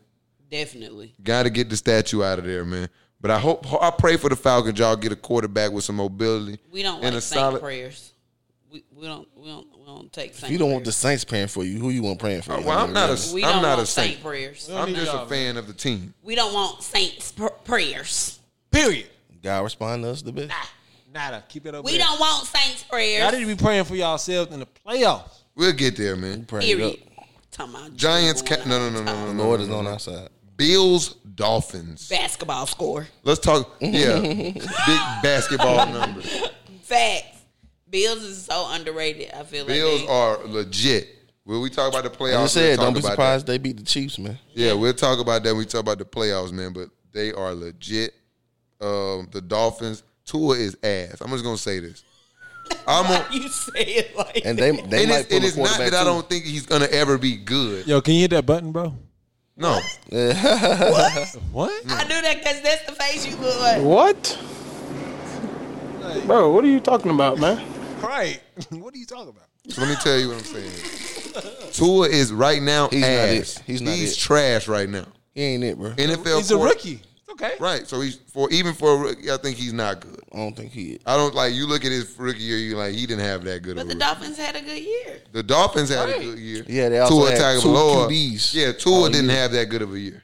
Definitely.
Got to get the statue out of there, man. But I hope I pray for the Falcons. Y'all get a quarterback with some mobility.
We don't
And
like
a
saint
solid-
prayers. We, we don't we don't we don't take saint.
If you don't want the
prayers.
Saints praying for you, who you want praying for?
Uh, well, I'm not a
We
am
don't
not
want
a
saint,
saint.
prayers.
I'm just a fan of the team.
We don't want saints pr- prayers.
Period.
God respond to us the best.
Nada. Keep it up.
We don't want saints
Y'all
prayers.
need to be praying for yourselves in the playoffs.
We'll get there, man.
Pray it up.
Period. Talking about
Giants.
going
Ca- no, no,
on
no, no, no,
top.
no.
Lord is on our side.
Bills. Dolphins.
Basketball score.
Let's talk. Yeah, big basketball numbers.
Facts. Bills is so underrated. I feel
Bills
like they-
are legit. When we talk about the playoffs,
As I
we'll
said,
talk
don't be
about
surprised they beat the Chiefs, man.
That. Yeah, we'll talk about that. when We talk about the playoffs, man. But they are legit. Um, the Dolphins. Tua is ass. I'm just gonna say this. I'm on,
[laughs]
[laughs] you say it like
And they they
and
might
it's,
pull
and
a
it's not
quarterback
that
too.
I don't think he's gonna ever be good.
Yo, can you hit that button, bro?
No,
What?
I do that because that's the face you look like.
What? Bro, what are you talking about, man?
Right. [laughs] what are you talking about?
so let me tell you what I'm saying. Tua is right now
He's not it.
ass.
He's not
he's
it.
trash right now.
He ain't it, bro.
NFL.
He's a
quarter-
rookie. It's okay.
Right. So he's for even for a rookie, I think he's not good.
I don't think he. Is.
I don't like you look at his rookie year. You like he didn't have that good.
But
of
the
a
Dolphins had a good year.
The Dolphins had a good year.
Yeah, they also
Tua
had two
Tagovailoa.
QBs
Yeah, Tua
all
didn't
year.
have that good of a year.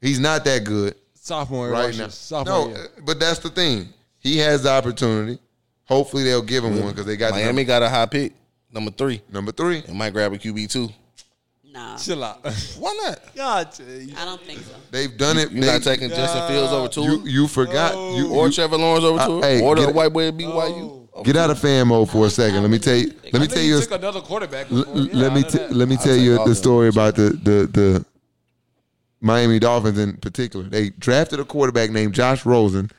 He's not that good
Sophomore
right
rushes.
now.
Sophomore
No, uh,
year.
but that's the thing. He has the opportunity. Hopefully, they'll give him one because they got the
Mm-hmm. Miami got a high pick, number three,
number, number three.
and might grab a QB too.
Nah,
Chill out.
Why not?
God, you-
I don't think so.
They've done it.
You're
They-
not taking Justin Fields over to
you, you forgot. You,
or
Oh.
you-
Trevor Lawrence over to
Uh, hey,
or the
get-
white boy at
Oh.
BYU.
get out of fan mode for a second. Let me tell you. Let me
I
tell
think
you.
you
a-
took another quarterback.
L-
before.
l-
Oh, Yeah,
let
I
me
know
t-
that.
let me tell
take
you
all
the
of
story about the the the Miami Dolphins in particular. They drafted a quarterback named Josh Rosen,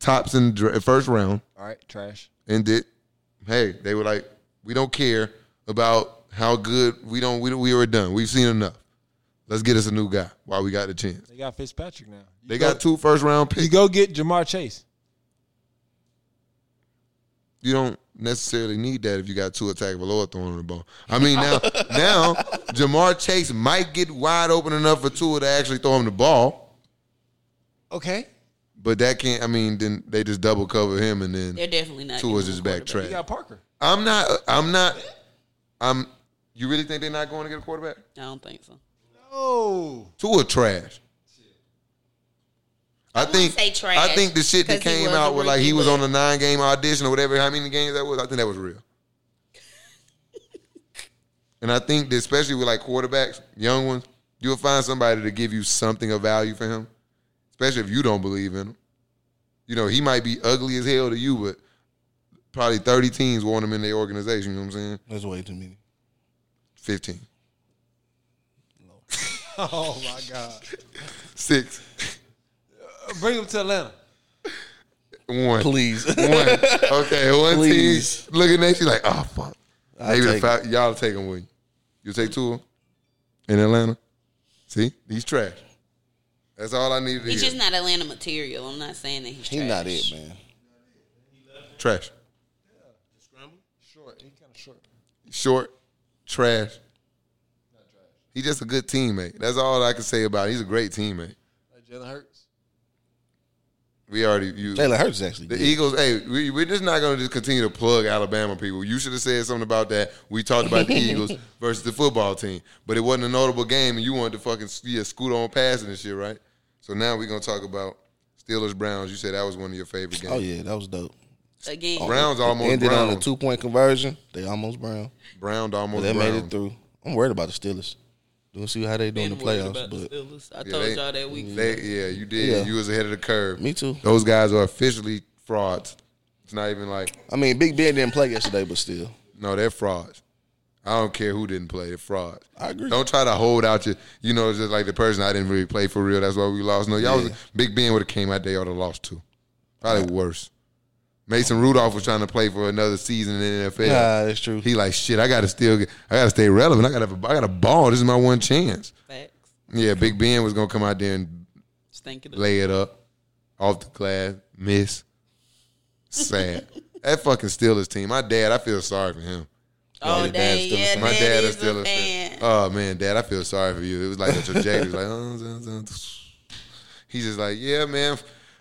tops in dra- first round,
All right, trash.
and did. Hey, they were like, we don't care about how good we don't we we were done. We've seen enough. Let's get us a new guy while we got the chance.
They got Fitzpatrick now. You
They
go-
got two first round
You
picks.
go get Jamar Chase.
You don't necessarily need that if you got two attack Valor throwing the ball. I mean
[laughs]
now now Jamar Chase might get wide open enough for Tua to actually throw him the ball,
Okay.
but that can't. I mean, then they just double cover him and then
They're definitely not.
Tua's
giving
just
him a quarterback.
You
backtrack.
got Parker.
I'm not. I'm not. I'm. You really think they're not going to get a quarterback?
I don't think so.
Oh.
Tua trash. I,
wouldn't
think
say trash,
I think the shit that
'cause he
came
was a
out with like he
rookie,
was
but-
on a nine game audition or whatever, how many games that was, I think that was real. and I think that especially with like quarterbacks, young ones, you'll find somebody to give you something of value for him. Especially if you don't believe in him. You know, he might be ugly as hell to you, but probably thirty teams want him in their organization, you know what I'm saying?
That's way too many.
Fifteen.
[laughs] Oh my God.
Six.
Bring him to Atlanta.
One.
Please.
One. Okay, one
Please.
team looking at you like, oh fuck.
I'll
Maybe the
take
five, y'all take him with you. You take two of 'em in Atlanta. See, he's trash. That's all I needed to
He's
hear.
just not Atlanta material. I'm not saying that he's
He
trash.
not it, man.
trash,
Short. He kind of short.
short, trash. He's just a good teammate. That's all I can say about. It. He's a great teammate.
Like Jalen Hurts.
We already you.
Jalen Hurts actually.
The
good.
Eagles, hey, we, we're just not going to just continue to plug Alabama people. You should have said something about that. We talked about the Eagles versus the football team, but it wasn't a notable game, and you wanted to fucking yeah, scoot on passing and shit, right? So now we're going to talk about Steelers Browns. You said that was one of your favorite games.
Oh yeah, that was dope.
Again,
Browns almost
ended
brown.
on a two point conversion. They almost brown.
Brown almost
But they
brown.
made it through. I'm worried about the Steelers. We'll see how they do in the
been worried
playoffs.
about the
But
Steelers. I
Yeah,
told
they-
y'all that week.
They, yeah, you did.
Yeah.
You was ahead of the curve.
me too.
Those guys are officially frauds. It's not even like
I mean, Big Ben didn't play yesterday, but still,
No, they're frauds. I don't care who didn't play. They're frauds.
I agree.
Don't try to hold out your, you know, just like the person I didn't really play for real. That's why we lost. No, y'all was,
Yeah.
Big Ben would have came out there, would have lost too. Probably worse. Mason Rudolph was trying to play for another season in the NFL.
Nah, that's true.
He like shit. I gotta still, get, I gotta stay relevant. I gotta, I gotta ball. This is my one chance.
Facts.
Yeah, Big Ben was gonna come out there and
Stinking.
lay it up off the glass, miss. Sad. that fucking Steelers team. My dad, I feel sorry for him.
All
your dad's
day.
still a
Oh, Yeah,
fan.
My dad is
still
still
a fan.
Oh man, dad, I feel sorry for you. It was like a trajectory. like, [laughs] uh, uh, uh, he's just like, yeah, man.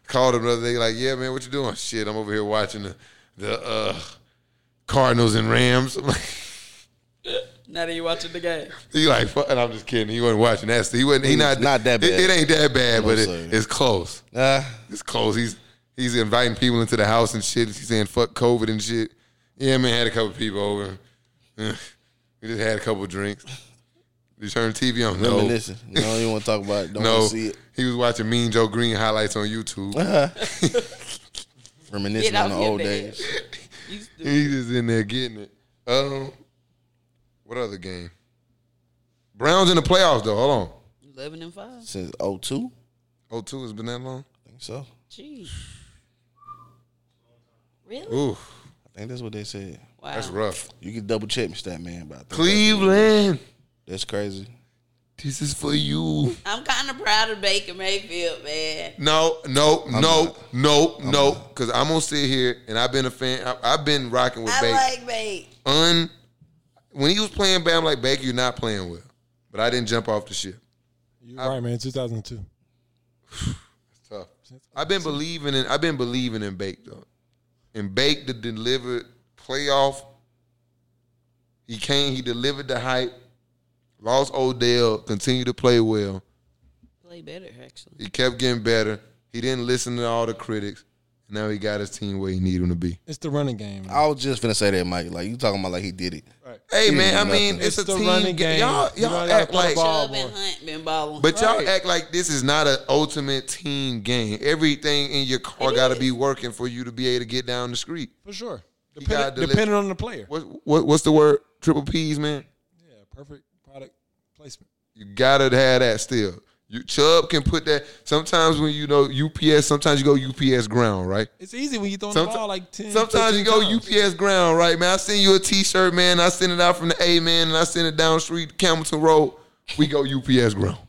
Called him the other day, like, yeah, man, what you doing? Shit, I'm over here watching the the uh, Cardinals and Rams. [laughs] I'm like,
Now that you watching the game.
he like, fuck, and I'm just kidding. He wasn't watching that. He wasn't. He not
Not that
it-
bad.
It, ain't that bad, but it,
sir.
it's close.
uh,
It's close. He's he's inviting people into the house and shit. He's saying fuck COVID and shit. Yeah, man, had a couple people over. [laughs] Eh, We just had a couple drinks. We turned the TV on. No, [laughs]
reminiscing. You don't even want to talk about it. Don't
no.
want to see it.
He was watching Mean Joe Green highlights on YouTube. [laughs]
[laughs] Reminiscing
Get
on the
off your
old
bed.
days.
He just in there getting it. Um, what other game? Browns in the playoffs though. Hold on.
Eleven and five.
Since 02?
Oh two has been that long.
I think so.
Jeez. Really?
Ooh,
I think that's what they said.
Wow.
that's rough.
You can double check me, stat man. But I think that's-
Cleveland,
that's crazy.
this is for you.
I'm kind of proud of Baker Mayfield, man.
No, no, no,
not.
no, no. Because I'm gonna sit here and I've been a fan. I, I've been rocking with
I
Baker.
like Baker.
Un, when he was playing Bam, like Baker, you're not playing well. But I didn't jump off the ship.
You're right, man. 2002.
Tough. I've been believing in. I've been believing in Bake though. And Bake the delivered playoff. He came. He delivered the hype. Lost Odell. Continued to play well.
Play better, actually.
He kept getting better. He didn't listen to all the critics. Now he got his team where he needed him to be.
It's the running game. man.
I was just finna say that, Mike. Like you talking about like he did it.
Hey
It
man, I
ain't
mean
nothing.
it's,
It's
a
the
team
running game.
game. Y'all,
You
y'all
gotta
act
play the
like,
ball.
Chubb and Hunt been balling.
but y'all
Right.
act like this is not an ultimate team game. Everything in your car got to be working for you to be able to get down the street.
For sure.
You gotta
Depending,
deliver.
depending on the player.
What, what what's the word? Triple P's, man.
Yeah, perfect product placement.
You gotta have that still. You Chubb can put that. Sometimes when you know UPS, sometimes you go UPS ground, right?
It's easy when you throw the
Someti-
ball like 10
Sometimes you
15
go
times.
UPS ground, right, man? I send you a T-shirt, man. I send it out from the A, man, and I send it down the street, Campbellton Road. we go UPS ground.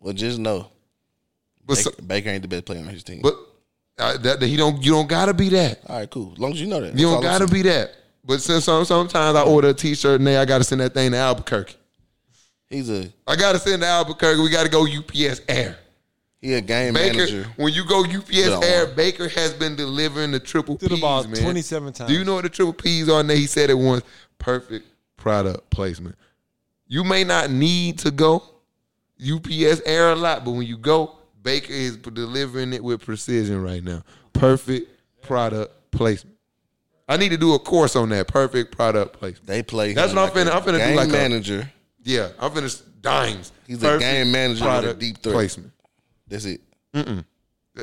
Well, just know
But so,
Baker, Baker ain't the best player on his team.
but uh, that, that he don't you don't gotta be that.
all right, cool. As long as you know that,
You don't gotta be that. But since some, sometimes I order a T-shirt and they I gotta send that thing to Albuquerque.
He's a
I gotta send to Albuquerque. We gotta go UPS Air.
he a game
Baker,
manager.
when you go
Don't
UPS Air,
worry.
Baker has been delivering the triple
Did
P's,
about
man.
27 times.
Do you know what the triple P's are? And he said it once. Perfect product placement. You may not need to go UPS Air a lot, but when you go, Baker is p- delivering it with precision right now. Perfect product placement. I need to do a course on that. Perfect product placement.
They play.
That's
him
what I'm finna-
a
I'm finna do
game
like a-
manager.
Yeah, I'm finished. Dimes.
He's a game manager with a deep threat.
placement.
That's it.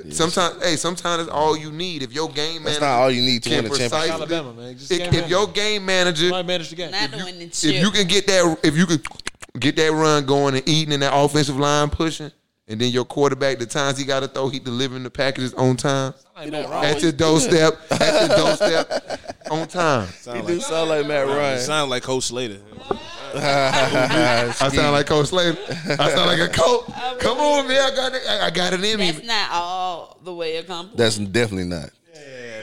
Sometimes, hey, sometimes it's all you need. If your game
That's
manager,
not all you need to
Can't
win a
precise-
championship.
Alabama, man. Just
if, if your game manager,
might manage the game.
Not doing the
if you
chip.
can get that, if you can get that run going and eating and that offensive line pushing, and then your quarterback, the times he got to throw, he delivering the packages on time. At your doorstep, at your doorstep, on time.
He do sound like Matt
It
Ryan.
sound like Coach Slater.
I sound like Coach Slater. I sound like a coach. Come on, man, I got it. I I got it in me.
That's not all the way accomplished.
That's definitely not.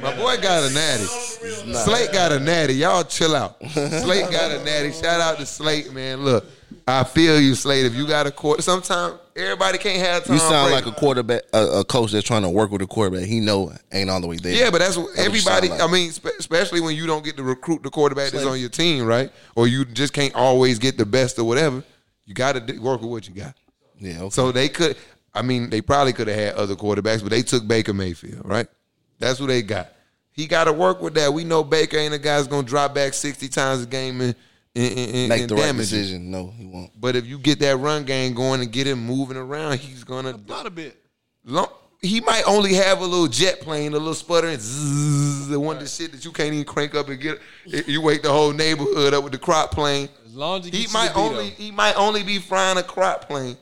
My boy got a natty. Slate got a natty. Y'all chill
[laughs]
out. Slate got a natty. Shout out to Slate, man. Look, I feel you, Slate. If you got a quarter, sometimes everybody can't have time.
You sound like a quarterback, a, a coach that's trying to work with a quarterback. He know ain't all the way there.
yeah, but that's what
you
everybody.
sound
I
like.
mean, spe- especially when you don't get to recruit the quarterback that's on your team, right? Or you just can't always get the best or whatever. You got to work with what you got.
yeah. Okay.
So they could. I mean, they probably could have had other quarterbacks, but they took Baker Mayfield, right? That's who they got. He got to work with that. We know Baker ain't a guy that's gonna drop back sixty times a game and and, and, and-
make
and
the right
damage. you.
decision. No, he won't.
but if you get that run game going and get him moving around, he's gonna.
Not a bit.
Long, he might only have a little jet plane, a little sputter, and zzz, the one of the shit that you can't even crank up and get. You wake the whole neighborhood up with the crop plane.
As long as you
He
get to
might
the beat,
only [laughs]
though.
he might only be frying a crop plane,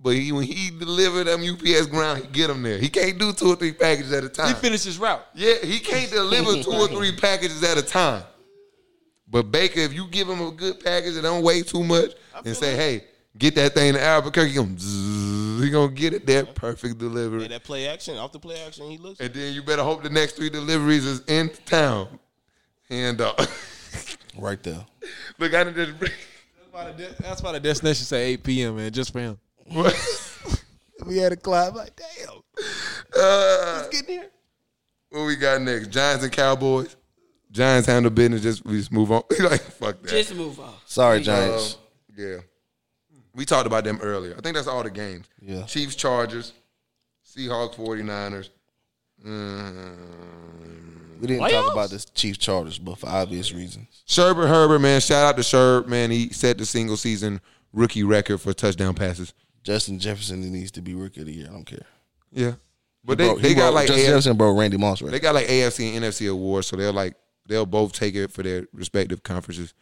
but he when he deliver them UPS ground, he get them there. He can't do two or three packages at a
He
time.
finished his route.
yeah, he can't deliver two or
[laughs]
three packages at a time. But Baker, if you give him a good package that don't weigh too much, and say, "Hey, get that thing to Albuquerque," he gonna, zzz, he gonna get it there, perfect delivery.
Yeah, that play action, off the play action, he looks.
and then you better hope the next three deliveries is in town. And uh, [laughs]
Right there.
look, I didn't [laughs] just.
That's why, the de- that's why the destination say 8 p.m. man, just for him.
We had a clock like that.
Uh, What we got next? Giants and Cowboys. Giants handle business. Just we just move on. [laughs] like fuck that.
Just move on.
Sorry,
Um,
Giants.
yeah. We talked about them earlier. I think that's all the games.
Yeah.
Chiefs, Chargers, Seahawks, 49ers. Mm.
we didn't talk about this Chiefs Chargers, but for obvious reasons.
Sherbert Herbert, man. Shout out to Sherb, man. He set the single season rookie record for touchdown passes.
Justin Jefferson needs to be rookie of the year. I don't care.
Yeah. But
Bro,
they,
he
they got
brought-
like
Justin
AFC
Jefferson, bro, Randy Moss, right?
They got like AFC and NFC awards, so they'll like they'll both take it for their respective conferences,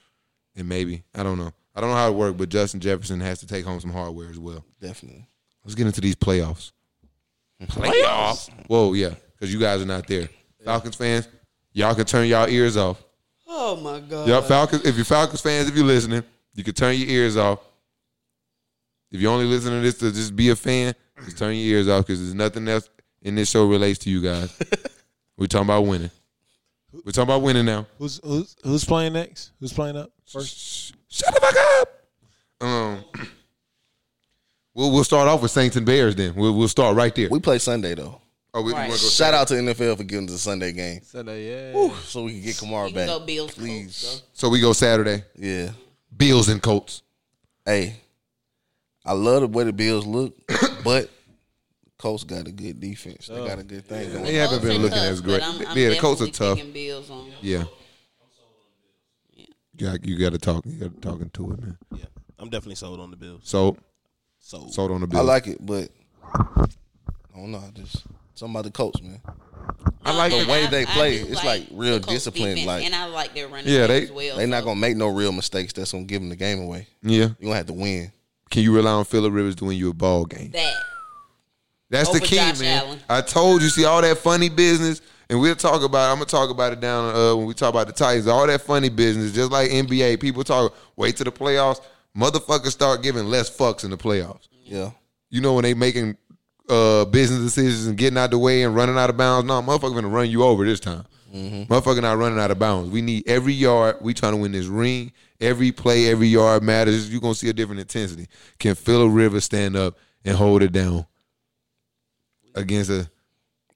and maybe I don't know. I don't know how it works, but Justin Jefferson has to take home some hardware as well.
Definitely.
Let's get into these playoffs. Playoffs? Whoa, yeah, because you guys are not there, Falcons fans. Y'all can turn y'all ears off.
Oh my god.
Y'all Falcons. If you're Falcons fans, if you're listening, you can turn your ears off. If you're only listening to this to just be a fan, just turn your ears off because there's nothing else in this show relates to you [laughs] guys. We're talking about winning. We're talking about winning now.
Who's who's who's playing next? Who's playing up first?
Shut the fuck up. Um, we'll we'll start off with Saints and Bears. Then we'll we'll start right there.
We play Sunday though.
Oh, we,
Right.
we to
Shout out to NFL for giving us a Sunday game
Sunday, yeah.
so we can get Kamara
You can
back.
go Bills,
please.
so we go Saturday.
Yeah.
Bills and Colts.
Hey, I love the way the
[coughs]
Bills look, but Colts got a good defense. They got a good thing going.
They haven't been looking as great. yeah, the Colts are tough.
Bills on.
Yeah. You got, you got to talk. You got to talk into it, man.
Yeah, I'm definitely sold on the Bills.
So
So,
sold on the
I
Bills.
like it, but I don't know. I just something about the Colts, man.
I like
And
it.
the way
I-
they
I
play,
do
it's like real
the Colts
discipline,
defense,
like-
and I like their running.
Yeah,
Yeah,
they-
as well,
They're not
so-
gonna make no real mistakes. That's gonna give them the game away.
Yeah.
You gonna have to win.
Can you rely on Phillip Rivers doing you a ball game?
that.
That's the
Over
key,
Josh
man.
Allen.
I told you. See all that funny business, and we'll talk about. it. I'm gonna talk about it down uh, when we talk about the Titans. All that funny business, just like NBA people talk. Wait to the playoffs. motherfuckers start giving less fucks in the playoffs.
Yeah.
You know when they making uh, business decisions and getting out the way and running out of bounds. No, motherfucker gonna run you over this time.
Mm-hmm.
Motherfucker not running out of bounds. We need every yard. We trying to win this ring. Every play, every yard matters. You gonna see a different intensity. Can Phillip Rivers stand up and hold it down against a?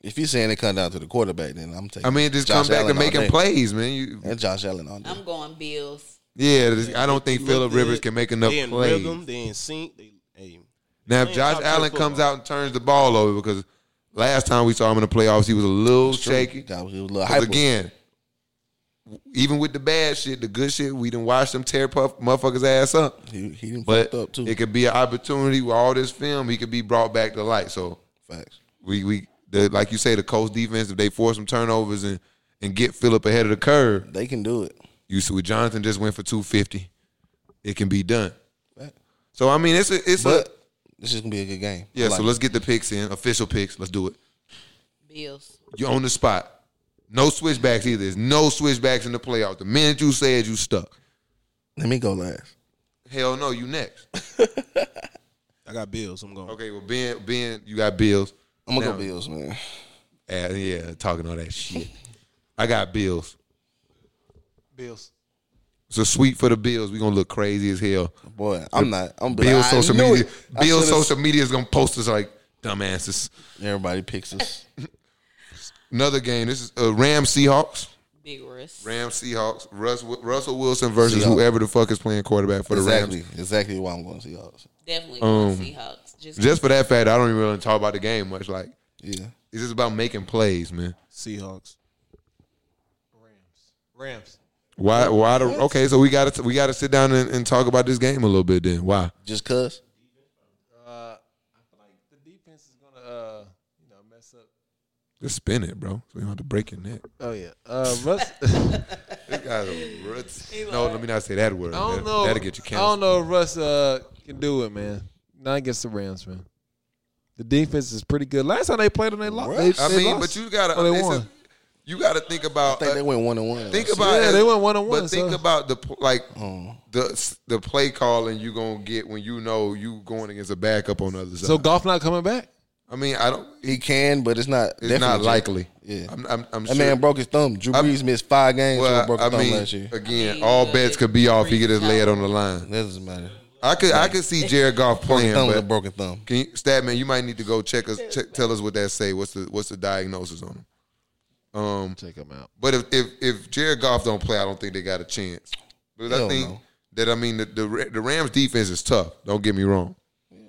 If you're saying it come down to the quarterback, then I'm taking.
I mean, just
Josh
come back
Allen
to
all
making
day.
plays, man. You,
And Josh Allen on
I'm going Bills.
yeah, this- I don't think
Look
Phillip
good.
Rivers can make enough
They in
plays.
rhythm, they in sync. They, hey,
Now, if
Playing
Josh
top-tier
Allen comes
football.
out and turns the ball over, because last time we saw him in the playoffs, he was a little shaky.
He was a little
'Cause
hyper.
again, even with the bad shit, the good shit, we didn't watch them tear puff motherfuckers ass up.
he, he didn't
But
fucked up too.
it could be an opportunity with all this film. He could be brought back to light. So
Facts.
we we the, like you say, the coach defense if they force some turnovers and and get Phillip ahead of the curve.
They can do it.
You see, what Jonathan just went for two fifty. It can be done.
Fact.
So I mean, it's a, it's a
But this is gonna be a good game.
yeah.
I like
so let's get the picks in official picks. Let's do it.
Bills.
You're on the spot. No switchbacks either. There's no switchbacks in the playoff. The minute you said you stuck.
it. let me go last.
Hell no, you next.
I got Bills. I'm going.
Okay, well Ben, Ben, you got Bills.
I'm gonna go
Now-
Bills, man.
Uh, yeah, talking all that shit. I got Bills.
Bills.
It's a sweep for the Bills. We gonna look crazy as hell.
Boy, I'm not. I'm
Bill
like, I
social
knew
media.
it. I
Bill
should've-
social media is gonna post us like dumbasses.
Everybody picks us.
Another game. This is uh, Rams Seahawks.
Big Russ.
Rams Seahawks. Russ, Russell Wilson versus
Seahawks.
whoever the fuck is playing quarterback [laughs] for the Rams.
exactly. Exactly why I'm going to Seahawks.
Definitely going Seahawks. Just,
Um, Just for that fact, I don't even really talk about the game much. Like
Yeah.
it's just about making plays, man.
Seahawks.
Rams.
Why? Why? The, okay, so we gotta we gotta sit down and, and talk about this game a little bit. Then why?
Just cuz.
The defense is gonna uh you know mess up.
Just spin it, bro. So you don't have to break your neck.
Oh yeah. Uh, Russ.
This guy's a
[laughs]
roots. No, let me not say that word.
I don't
That-
know.
That'll get you
I don't
canceled.
know if Russ uh, can do it, man. Not against the Rams, man. The defense is pretty good. Last time they played them, they lost.
Russ?
They,
I
they
mean,
lost.
but you gotta.
Oh, they
it's a-
won.
you gotta think about. uh,
I think they went one and one.
think about.
Yeah,
it.
they went one on one,
But think
so-
about the pl- like
Oh.
the the play calling you gonna get when you know you going against a backup on the other side.
so golf not coming back.
I mean, I don't.
he can, but it's not.
It's
definitely
not
Drew.
likely.
Yeah.
I'm. I'm, I'm
That
sure.
man broke his thumb. Drew
I'm-
Brees missed five games. Well,
Well,
broke his
I
thumb
mean,
last year. That
again,
mean,
all
uh,
bets
if
could be off. He
Brees
could just lay it
out.
on the line.
doesn't matter.
I could I could see Jared Goff playing,
Thumb was a
but
broken thumb.
can you, Statman, you might need to go check us. Check, tell us what that say. What's the what's the diagnosis on him?
Take him out.
But if if, if Jared Goff don't play, I don't think they got a chance. But I
Hell
think
no.
that I mean the, the Ra- the Rams defense is tough. Don't get me wrong.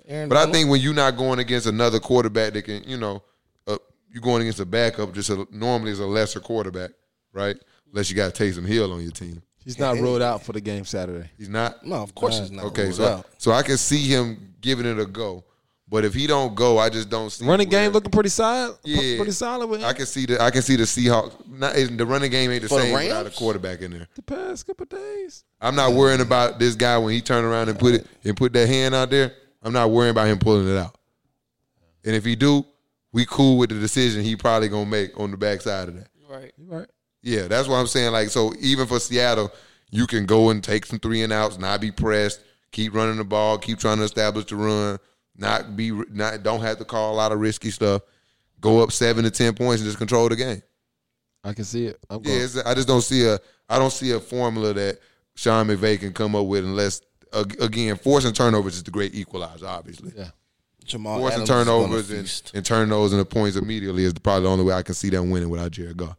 Aaron
But I
Donald?
think when you're not going against another quarterback that can, you know, uh, you're going against a backup. Just a, normally is a lesser quarterback, right? Unless you got Taysom Hill on your team.
He's not ruled out for the game Saturday.
He's not.
no, of course it's not.
Okay,
ruled
so
out.
so I can see him giving it a go, but if he don't go, I just don't see
Running
where-
game looking pretty solid.
Yeah.
pretty solid with him.
I can see the I can see the Seahawks. Not, it- the running game ain't the
For the
same without a
Rams?
quarterback in there.
the past couple days.
I'm not worrying about this guy when he turned around and put it and put that hand out there. I'm not worrying about him pulling it out. And if he do, we cool with the decision he probably gonna make on the backside of that.
right.
You right?
Yeah, that's what I'm saying. Like, so even for Seattle, you can go and take some three and outs, not be pressed, keep running the ball, keep trying to establish the run, not be not don't have to call a lot of risky stuff. Go up seven to ten points and just control the game.
I can see it. I'm
Yeah,
going.
it's, I just don't see a I don't see a formula that Sean McVay can come up with unless ag- again forcing turnovers is the great equalizer. Obviously,
Yeah.
Jamal
forcing
Adams is gonna
turnovers and,
feast.
and turning those into points immediately is probably the only way I can see them winning without Jared Goff.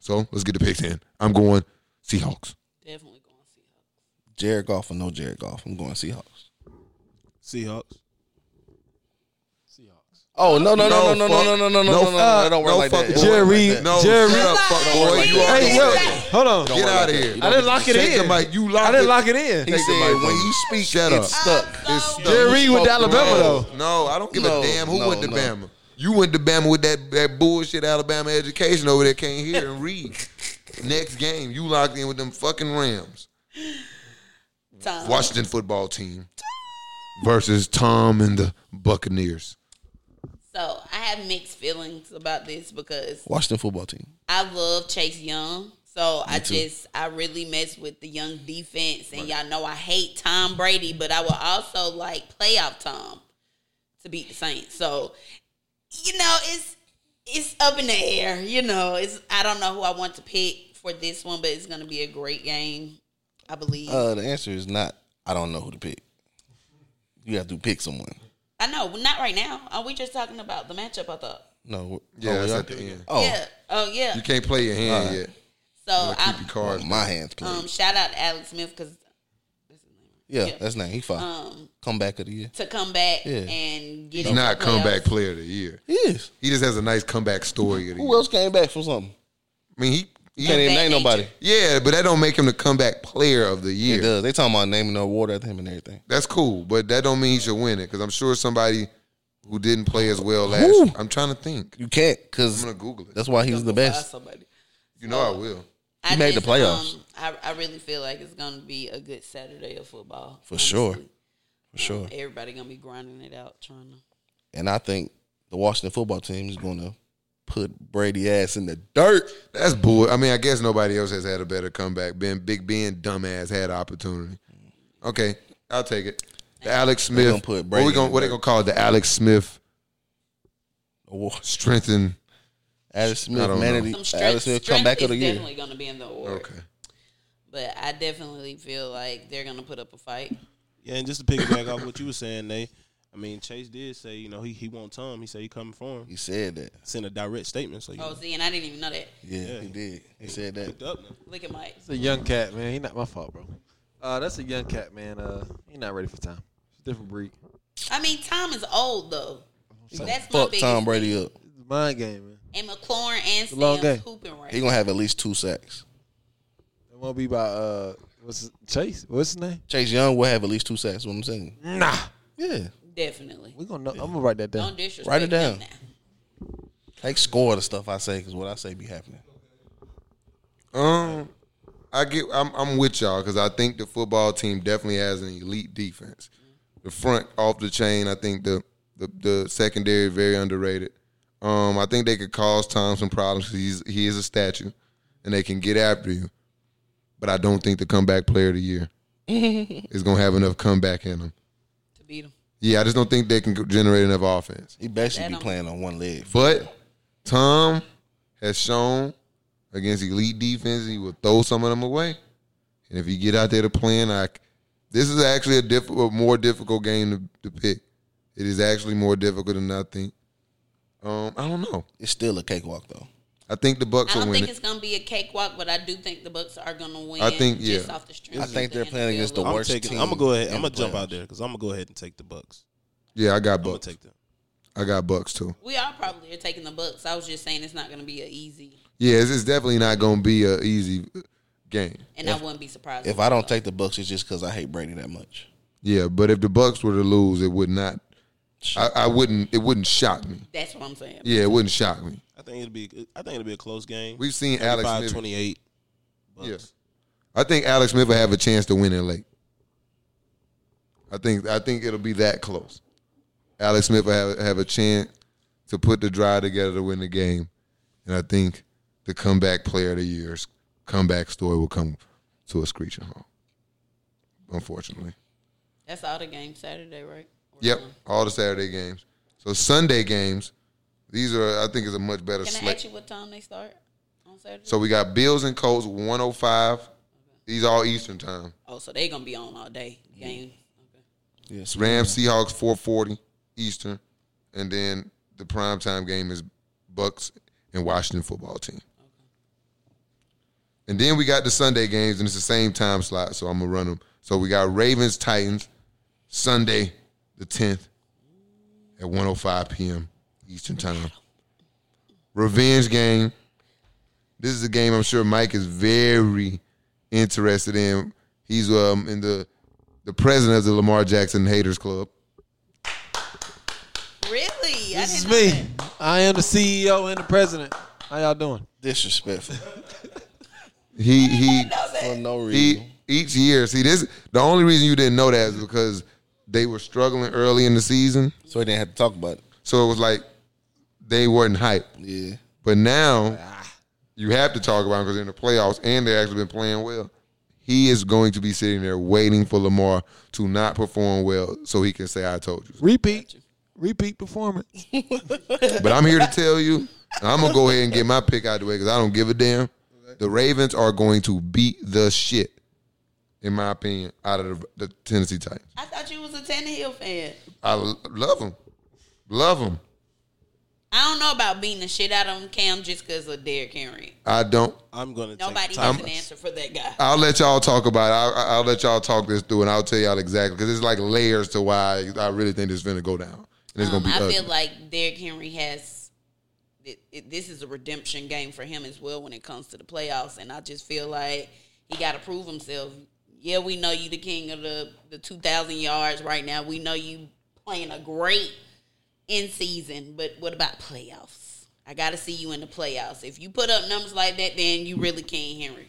So let's get the picks in. I'm going Seahawks.
Definitely going Seahawks.
Jared Goff or no Jared Goff. I'm going Seahawks.
Seahawks.
Oh no no no no no no no no no no no! no, It don't work
no
like that. It
fucking
don't work like
Jerry-
that.
No,
Jerry-
shut up, fuck boy. You are
Hey yo, hold on.
get out of here.
I didn't lock it
Take the
in.
mic. You locked
I didn't lock it in.
He said
microphone.
when you speak,
Shut
it's
up.
stuck.
It's stuck.
Jerry Reed with
Fuck
Alabama
around.
though.
No, I don't give
No,
a damn who
no,
went to
no.
Bama. You went to Bama with that, that bullshit Alabama education over there, can't hear and
[laughs]
read. Next game, you locked in with them fucking Rams.
Tom.
Washington football team versus Tom and the Buccaneers.
So I have mixed feelings about this because
Washington football team.
I love Chase Young So I just I really mess with the young defense, and y'all know I hate Tom Brady, but I would also like playoff Tom to beat the Saints. So you know it's it's up in the air. You know it's I don't know who I want to pick for this one, but it's gonna be a great game, I believe.
Uh, the answer is not. I don't know who to pick. You have to pick someone.
I know not right now. Are we just talking about the matchup? I thought.
No.
Yeah,
oh,
that's
y'all
at the
do-
end.
Oh,
Yeah. Oh yeah.
You can't play your hand yet.
So
Keep your
I
cards.
my hands, please.
um shout out to Alex Smith because
yeah,
yeah.
that's not. He fine.
um
Comeback of the year.
to come back
Yeah.
and get
He's
in
not
the
comeback
playoffs.
player of the year.
He is.
He just has a nice comeback story. Of the year.
Who else came back from something?
I mean, he, he-
Can't even
Bad
name nobody.
yeah, but that don't make him the comeback player of the
He
year.
does. They talking about naming the award after him and everything.
That's cool, but that don't mean he should win it because I'm sure somebody who didn't play as well last.
Who?
I'm trying to think.
You can't
I'm
because
gonna Google it.
that's why he's the
By
best.
somebody.
You know I will.
I
made the
just,
playoffs.
um, I, I really feel like it's gonna be a good Saturday of football
For sure.
honestly.
For sure.
Everybody gonna be grinding it out, trying to.
And I think the Washington football team is going to put Brady ass in the dirt.
That's bull. I mean, I guess nobody else has had a better comeback. Ben Big Ben dumbass had an opportunity. Okay, I'll take it. The Alex Smith.
gonna put Brady
what we
in
gonna, what they
the-
gonna call it? The Alex Smith
Award.
strengthen.
Alex Smith,
don't
man, of
know.
Some
the,
strength,
Alex Smith,
strength
comeback
is
of the year.
definitely gonna be in the award.
Okay.
But I definitely feel like they're gonna put up a fight.
Yeah, and just to piggyback off what you were saying, they, I mean, Chase did say, you know, he he want Tom. He said he coming for him.
He said that.
Sent a direct statement, so you
Oh,
know,
see, and I didn't even know that.
Yeah, he did. He said that.
picked up. Now.
Look at Mike.
It's a young cat, man. He not my fault, bro. Uh, that's a young cat, man. Uh, he not ready for time. It's a different breed.
I mean, Tom is old though. That's my
Fuck
biggest.
Tom Brady up.
It's a mind game, man.
And McLaurin and
a long
Sam
game.
hooping right.
He gonna have at least two sacks.
It won't be by uh, what's his, Chase? What's his name?
Chase Young will have at least two sacks. What I'm saying.
Nah,
Yeah,
Definitely.
we gonna. Know, I'm gonna write that down.
Don't disrespect
Write it down.
him now.
like score the stuff I say because what I say be happening.
Um, I get. I'm, I'm with y'all because I think the football team definitely has an elite defense. The front off the chain. I think the the, the secondary is very underrated. Um, I think they could cause Tom some problems. 'cause He's he is a statue, and they can get after you. But I don't think the comeback player of the year is gonna have enough comeback in him.
To beat him.
Yeah, I just don't think they can generate enough offense.
He basically be
don't-
playing on one leg.
But Tom has shown against elite defense he will throw some of them away. And if you get out there to plan, I, this is actually a, diff, a more difficult game to, to pick. It is actually more difficult than I think. Um, I don't know.
It's still a cakewalk though.
I think the Bucks
I
will
don't
win
think
it.
it's gonna be a cakewalk, but I do think the Bucks are gonna win.
I think,
just
yeah.
off the strength
I
of
think
the
they're playing
NFL
against the
look.
I'm
worst
taking.
team
I'm gonna go ahead.
in
I'm gonna
the
jump
playoffs.
out there because I'm gonna go ahead and take the Bucks.
Yeah, I got
I'm gonna
Bucks.
take them.
I got Bucks too.
We are probably are taking the Bucks. I was just saying it's not gonna be an easy,
Yeah, it's, it's definitely not going to be a easy uh, game.
and I wouldn't be surprised
If I don't take the Bucks, it's just because I hate Brady that much.
Yeah, but if the Bucks were to lose, it would not. I, I wouldn't. It wouldn't shock me.
That's what I'm saying.
Yeah, it wouldn't shock me.
I think it'll be. I think it'll be a close game.
We've seen Alex
35,
Smith.
28. Bucks.
Yeah. I think Alex Smith will have a chance to win it late. I think I think it'll be that close. Alex Smith will have, have a chance to put the drive together to win the game, and I think the comeback player of the year's comeback story will come to a screeching halt. Unfortunately,
That's all the game Saturday, right? Or
yep,
no?
all the Saturday games. So Sunday games, these are I think is a much better
Can I
slate.
ask you what time they start on Saturday?
So we got Bills and Colts, one hundred five. These all Eastern time.
oh, so they gonna be on all day game.
Yes,
Rams, Seahawks, four forty Eastern, and then the primetime game is Bucks and Washington football team. And then we got the Sunday games, and it's the same time slot, so I'm gonna run them. So we got Ravens, Titans, Sunday, the tenth, at 1:05 p.m. Eastern time. Revenge game. This is a game I'm sure Mike is very interested in. He's um in the the president of the Lamar Jackson Haters Club.
Really? I
This is
didn't know
me. I am the CEO and the president. How y'all doing?
disrespectful
He he
for no reason.
he each year. See this the only reason you didn't know that is because they were struggling early in the season.
so he didn't have to talk about it.
So it was like they weren't hype.
Yeah,
But now you have to talk about him because they're in the playoffs and they've actually been playing well. He is going to be sitting there waiting for Lamar to not perform well so he can say, I told you. so."
Repeat, repeat performance.
But I'm here to tell you, and I'm going to go ahead and get my pick out the way because I don't give a damn. The Ravens are going to beat the shit, in my opinion, out of the, the Tennessee Titans.
I thought you was a Tannehill fan.
I l- love them. Love them.
I don't know about beating the shit out of him, Cam, just because of Derrick Henry.
I don't.
I'm gonna
Nobody
take
has
Titans.
an answer for that guy.
I'll let y'all talk about it. I'll, I'll let y'all talk this through, and I'll tell y'all exactly because it's like layers to why I really think this is going to go down, and it's
Um,
going to be.
I
ugly.
feel like Derrick Henry has. It, it, this is a redemption game for him as well when it comes to the playoffs, and I just feel like he got to prove himself. Yeah, we know you the king of the the two thousand yards right now. We know you playing a great in season, but what about playoffs? I got to see you in the playoffs. If you put up numbers like that, then you really King Henry.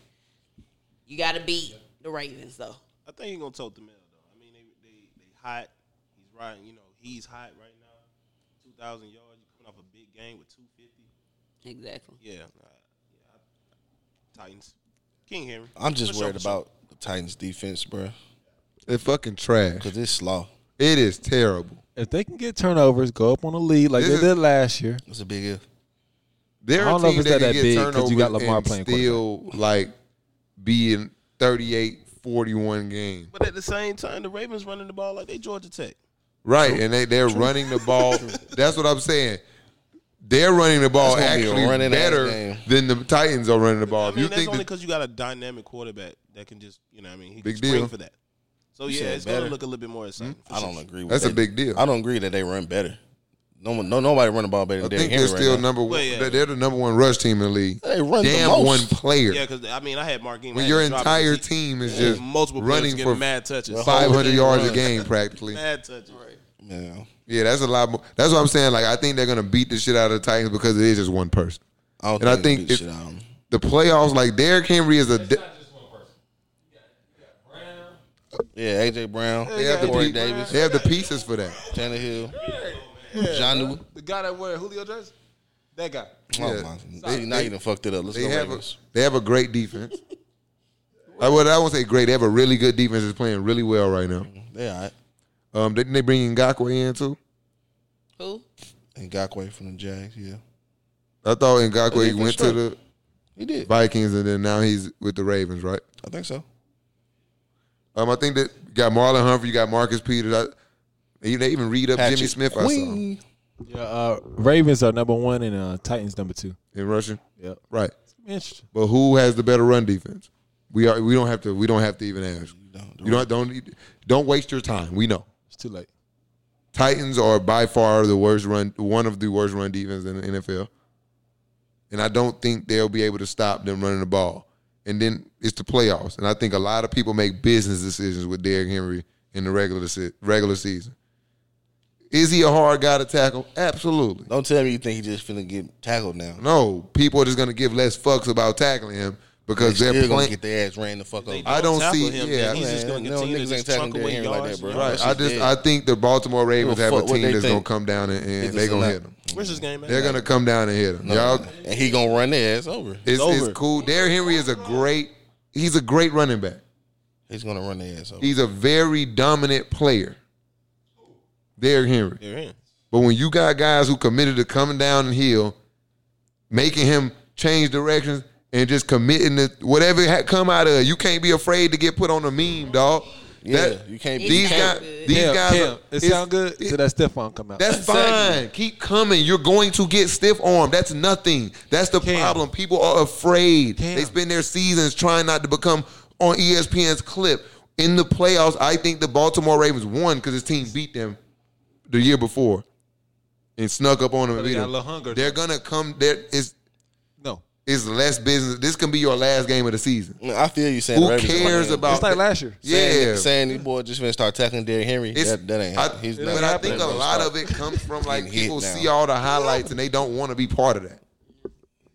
You got to beat the Ravens though.
I think he's gonna tote the mail though. I mean, they they they hot. He's riding. You know, he's hot right now. Two thousand yards. You coming off a big game with two fifty.
Exactly.
Yeah, uh, yeah. I- Titans. King Henry.
I'm just
For sure,
worried
for sure.
about the Titans defense, bro,
They're fucking trash.
because it's slow.
It is terrible.
If they can get turnovers, go up on a lead like
This
they
is-
did last year.
It's a big if.
They're
I don't
a
know if
team
it's
that,
that
can
big,
get
'cause
turnovers
you got Lamar
and
playing
still like being 38, 41 game.
But at the same time, the Ravens running the ball like they Georgia Tech.
Right, and they they're running the ball. That's what I'm saying. They're running the ball
That's gonna be a
actually
running ass
better
game.
than the Titans are running the ball.
I
If
mean,
you
that's
think
only
that,
because you got a dynamic quarterback that can just, you know, what I mean, he
Big
can spring
deal.
for that. So
You
yeah,
said
it's
better.
gonna look a little bit
Hmm?
more exciting. for
I
sure.
don't agree with
That's a
that.
big deal.
I don't agree that they run better. No one, no nobody run the ball better
I
than
think
Derrick
they're
Henry
still
right now.
number one.
Well, yeah.
they're- They're the number one rush team in the league.
They run the
Damn
most.
one player.
Yeah, because I mean, I had Mark Ingram.
when
I had
your
to drop him
entire
'cause he-
team is
he
just
had multiple players
running
getting
for
mad touches,
five hundred
thing
yards a
runs.
game practically.
mad touches. Right.
Yeah.
Yeah, that's a lot more. That's what I'm saying. Like I think they're gonna beat the shit out of the Titans because it is just one person.
I don't
And I
they
think
beat the
if-
shit out of 'em.
The playoffs, like Derrick Henry is a. de-
yeah, AJ Brown,
they have the
Corey
pe-
Davis,
they have the pieces for that.
Tannehill, John New.
The guy that wore Julio dress, that guy.
Yeah.
Oh my! They, now
They-
you done fucked it up. Let's
They
go
have a,
Ravens.
they have a great defense. I would I won't say great. They have a really good defense. that's playing really well right now.
They all right.
Um, didn't they bring Ngakwe in too?
Who?
And Gakwe from the Jags. Yeah,
I thought
They
Ngakwe
can
went to
strike.
the
he did.
Vikings and then now he's with the Ravens, right?
I think so.
Um, I think that you got Marlon Humphrey, you got Marcus Peters. I, they they even read up Jimmy
Patrick
Smith. I
Queen.
Yeah, uh, Ravens are number one and uh, Titans number two.
saw in Russian.
Yep.
Right,
Interesting.
but who has the better run defense? We are. We don't have to. We don't have to even ask. You don't don't need- don't waste your time. We know.
It's too late.
Titans are by far the worst run, one of the worst run defense in the NFL. And I don't think they'll be able to stop them running the ball. And then it's the playoffs. And I think a lot of people make business decisions with Derrick Henry in the regular se- regular season. Is he a hard guy to tackle? Absolutely.
Don't tell me you think he just finna get tackled now.
No, people are just going to give less fucks about tackling him because
They
they are
still gonna
playing.
get their ass ran the fuck
They
over.
I don't
tackle
see-
Him,
yeah,
then he's just
man,
gonna
no niggas
continue to
ain't
just
tackling
trunk away
Derrick Henry like
yards.
that, bro.
and
Right.
yards.
I
That's
just
just
I
dead.
think the Baltimore Ravens have
fuck
a
what
team
they
that's going to
think.
come down and, and
Niggas
they're going
a
to
lot.
hit them.
Where's this game? At?
They're going to come down and hit them.
No.
Y'all
and he gonna run their ass over.
It's,
It's
it's
over.
cool. Derrick Henry is a great. He's a great running back.
He's gonna run their ass over.
He's a very dominant player. Derrick Henry.
They're in.
But when you got guys who committed to coming down and hill, making him change directions and just committing to whatever had come out of, you can't be afraid to get put on a meme, dog.
yeah, you can't. be
These
sound
guys,
good.
these
Cam,
guys,
Cam,
are-
it
it's-
sound good
it-
till that Stephon come out.
that's fine. Keep coming. You're going to get stiff armed. That's nothing. That's the
Cam.
problem. People are afraid.
Cam.
They spend their seasons trying not to become on E ESPN's clip. In the playoffs, I think the Baltimore Ravens won because his team beat them the year before and snuck up on them and
they
beat
got a
them.
little hunger.
They're gonna come. There is
No,
is less business. This can be your last game of the season.
No, I feel you saying.
Who
the Ravens
cares
playing.
about?
it's like last year.
yeah,
saying, saying these boys just finna start tackling Derrick Henry?
It's,
That, that ain't.
I,
happening. He's
but
not
I think a
gonna
lot of
start.
it comes from like
Getting hit
people
now.
see all the highlights and they don't want to be part of that.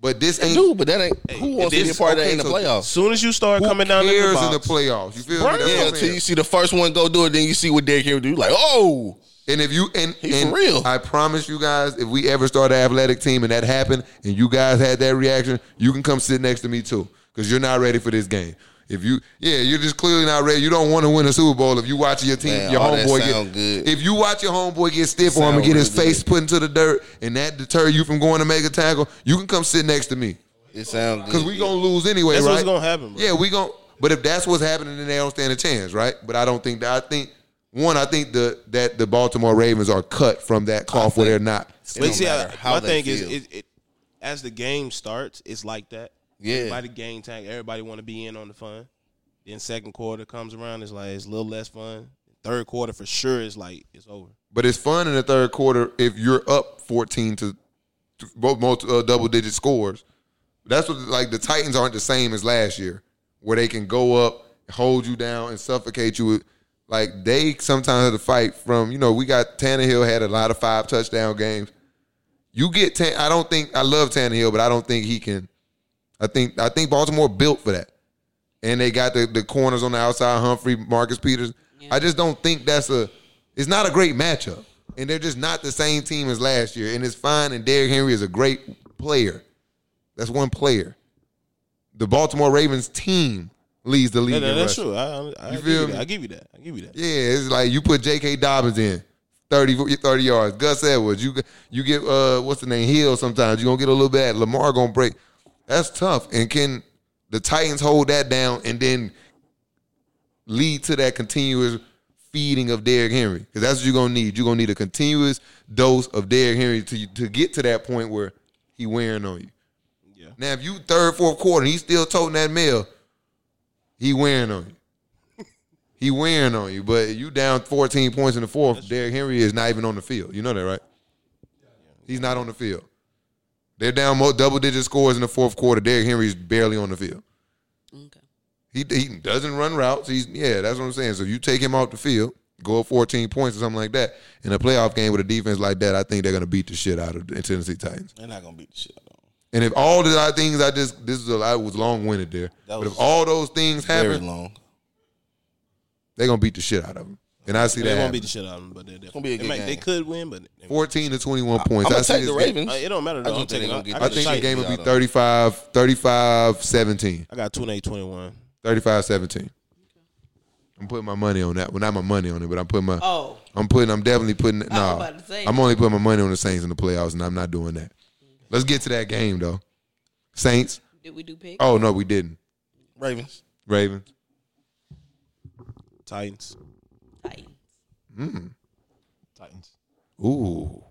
But this ain't
Dude, but that ain't. Who wants to be a
this-
part of that
okay,
in the
so-
As
playoffs?
soon as you start
who
coming down in the
cares
box,
in the playoffs. You feel me? That's what
Yeah,
I'm
until
saying.
you see the first one go do it, then you see what Derrick Henry do. you like, oh,
And if you and,
He for
and
real.
I promise you guys, if we ever start an athletic team and that happened, and you guys had that reaction, you can come sit next to me too, because you're not ready for this game. If you, yeah, you're just clearly not ready. You don't want to win a Super Bowl if you watch your team,
Man,
your
all that
homeboy
sound
get.
good.
If you watch your homeboy get stiff arm and
Sound
get his
really
face
good.
put into the dirt, and that deter you from going to make a tackle, you can come sit next to me,
It sounds good.
because we gonna lose anyway,
That's
right?
what's gonna happen, bro.
Yeah, we gon' But if that's what's happening, then they don't stand a chance, right? But I don't think that. I think one, I think the that the Baltimore Ravens are cut from that cloth where they're not.
It
But
don't
see, I-
matter how
my
they
thing is,
feel.
it, it, as the game starts, it's like that.
Yeah.
By the game tank, everybody want to be in on the fun. Then second quarter comes around, it's like it's a little less fun. Third quarter for sure, it's like it's over.
But it's fun in the third quarter if you're up fourteen to to both multi, uh, double digit scores. That's what like the Titans aren't the same as last year, where they can go up, hold you down, and suffocate you. With, like they sometimes have to fight from. You know, we got Tannehill had a lot of five touchdown games. You get Tan. I don't think I love Tannehill, but I don't think he can. I think I think Baltimore built for that, and they got the, the corners on the outside. Humphrey, Marcus Peters. I just don't think that's a. It's not a great matchup, and they're just not the same team as last year. And it's fine. And Derrick Henry is a great player. That's one player. The Baltimore Ravens team leads the league.
Yeah,
in
that's
rushing.
true. I, I, I,
You
give
feel
you
me?
that. I give you that. I give you that.
Yeah, it's like you put J.K. Dobbins in 30, 30 yards. Gus Edwards, you you get uh what's the name Hill. Sometimes you are gonna get a little bit. Lamar gonna break. That's tough. And can the Titans hold that down and then lead to that continuous feeding of Derrick Henry? Because that's what you're gonna need. You're gonna need a continuous dose of Derrick Henry to to get to that point where he wearing on you.
Yeah.
Now, if you third, fourth quarter, and he's still toting that mail, he wearing on you. He wearing on you, but you down 14 points in the fourth. Derrick Henry is not even on the field. You know that, right? He's not on the field. They're down more double digit scores in the fourth quarter. Derrick Henry's barely on the field.
Okay.
He, he doesn't run routes. He's yeah, that's what I'm saying. So you take him off the field, go up 14 points or something like that. In a playoff game with a defense like that, I think they're gonna beat the shit out of the Tennessee Titans.
They're not gonna beat the shit out of them.
And if all the other things I just this is a, I was long winded there,
That
but
was
if all those things
Very
happen,
long.
they're gonna beat the shit out of them. And I see
They
that
won't beat
happen.
the shit out of them, but they're
gonna be a
they,
good
might- they
game.
could win, but they-
fourteen to twenty one points.
I'm
I
gonna
see
take
this
the
game-
Ravens.
Uh, it don't matter
I
though.
just
I'm
think they
taking.
gonna
I,
get
I,
I
beat.
think the
Titans.
game will be
out of 'em.
35, 35, 17,
I got 28 21.
35, 17. I'm putting my money on that. Well, not my money on it, but I'm putting my.
Oh,
I'm putting. I'm definitely putting. No,
about to say.
I'm only putting my money on the Saints in the playoffs, and I'm not doing that. Let's get to that game though. Saints.
did we do pick?
Oh no, we didn't.
Ravens.
Ravens.
Titans.
Titans.
Titans.
Ooh.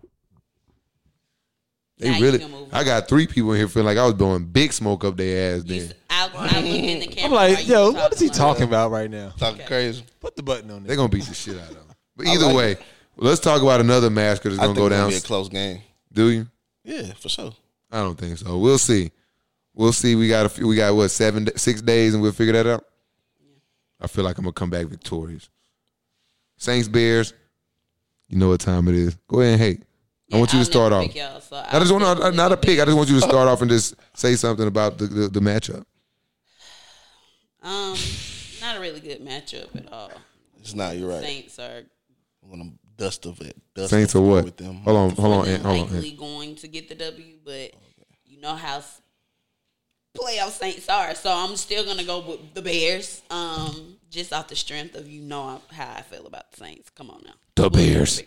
They
Now you
really.
can move
I got three people in here feeling like I was blowing big smoke up their ass.
You
Then
s- I'll, I'll look in the camera.
I'm like,
while
yo,
you
what is he
like
talking about right now?
Talking crazy.
Put the button on
they're
there.
gonna beat the shit out of them. But either way, let's talk about another massacre that's
I
gonna go
think it's
down.
gonna be a close game.
Do you?
Yeah, for sure.
I don't think so. We'll see. We'll see. We got a few, we got what seven six days and we'll figure that out. I feel like I'm gonna come back victorious. Saints Bears. You know what time it is. Go ahead and hate. I want you
I'll
to start
never
off.
pick y'all, so
I just
I'll
want to,
just
not a
leave it
pick. I just want you to start off and just say something about the, the, the matchup.
there. Um, not a really good matchup at all.
It's not. You're right.
Saints are
I'm gonna dust of it. Dust
Saints
the
or
floor
what?
With them.
Hold on, hold on, Ant, hold on.
likely
Ant.
going to get the W, but you know how s- playoff Saints are. So I'm still gonna go with the Bears. Um, just off the strength of you know how I feel about the Saints. Come on now,
The Bears.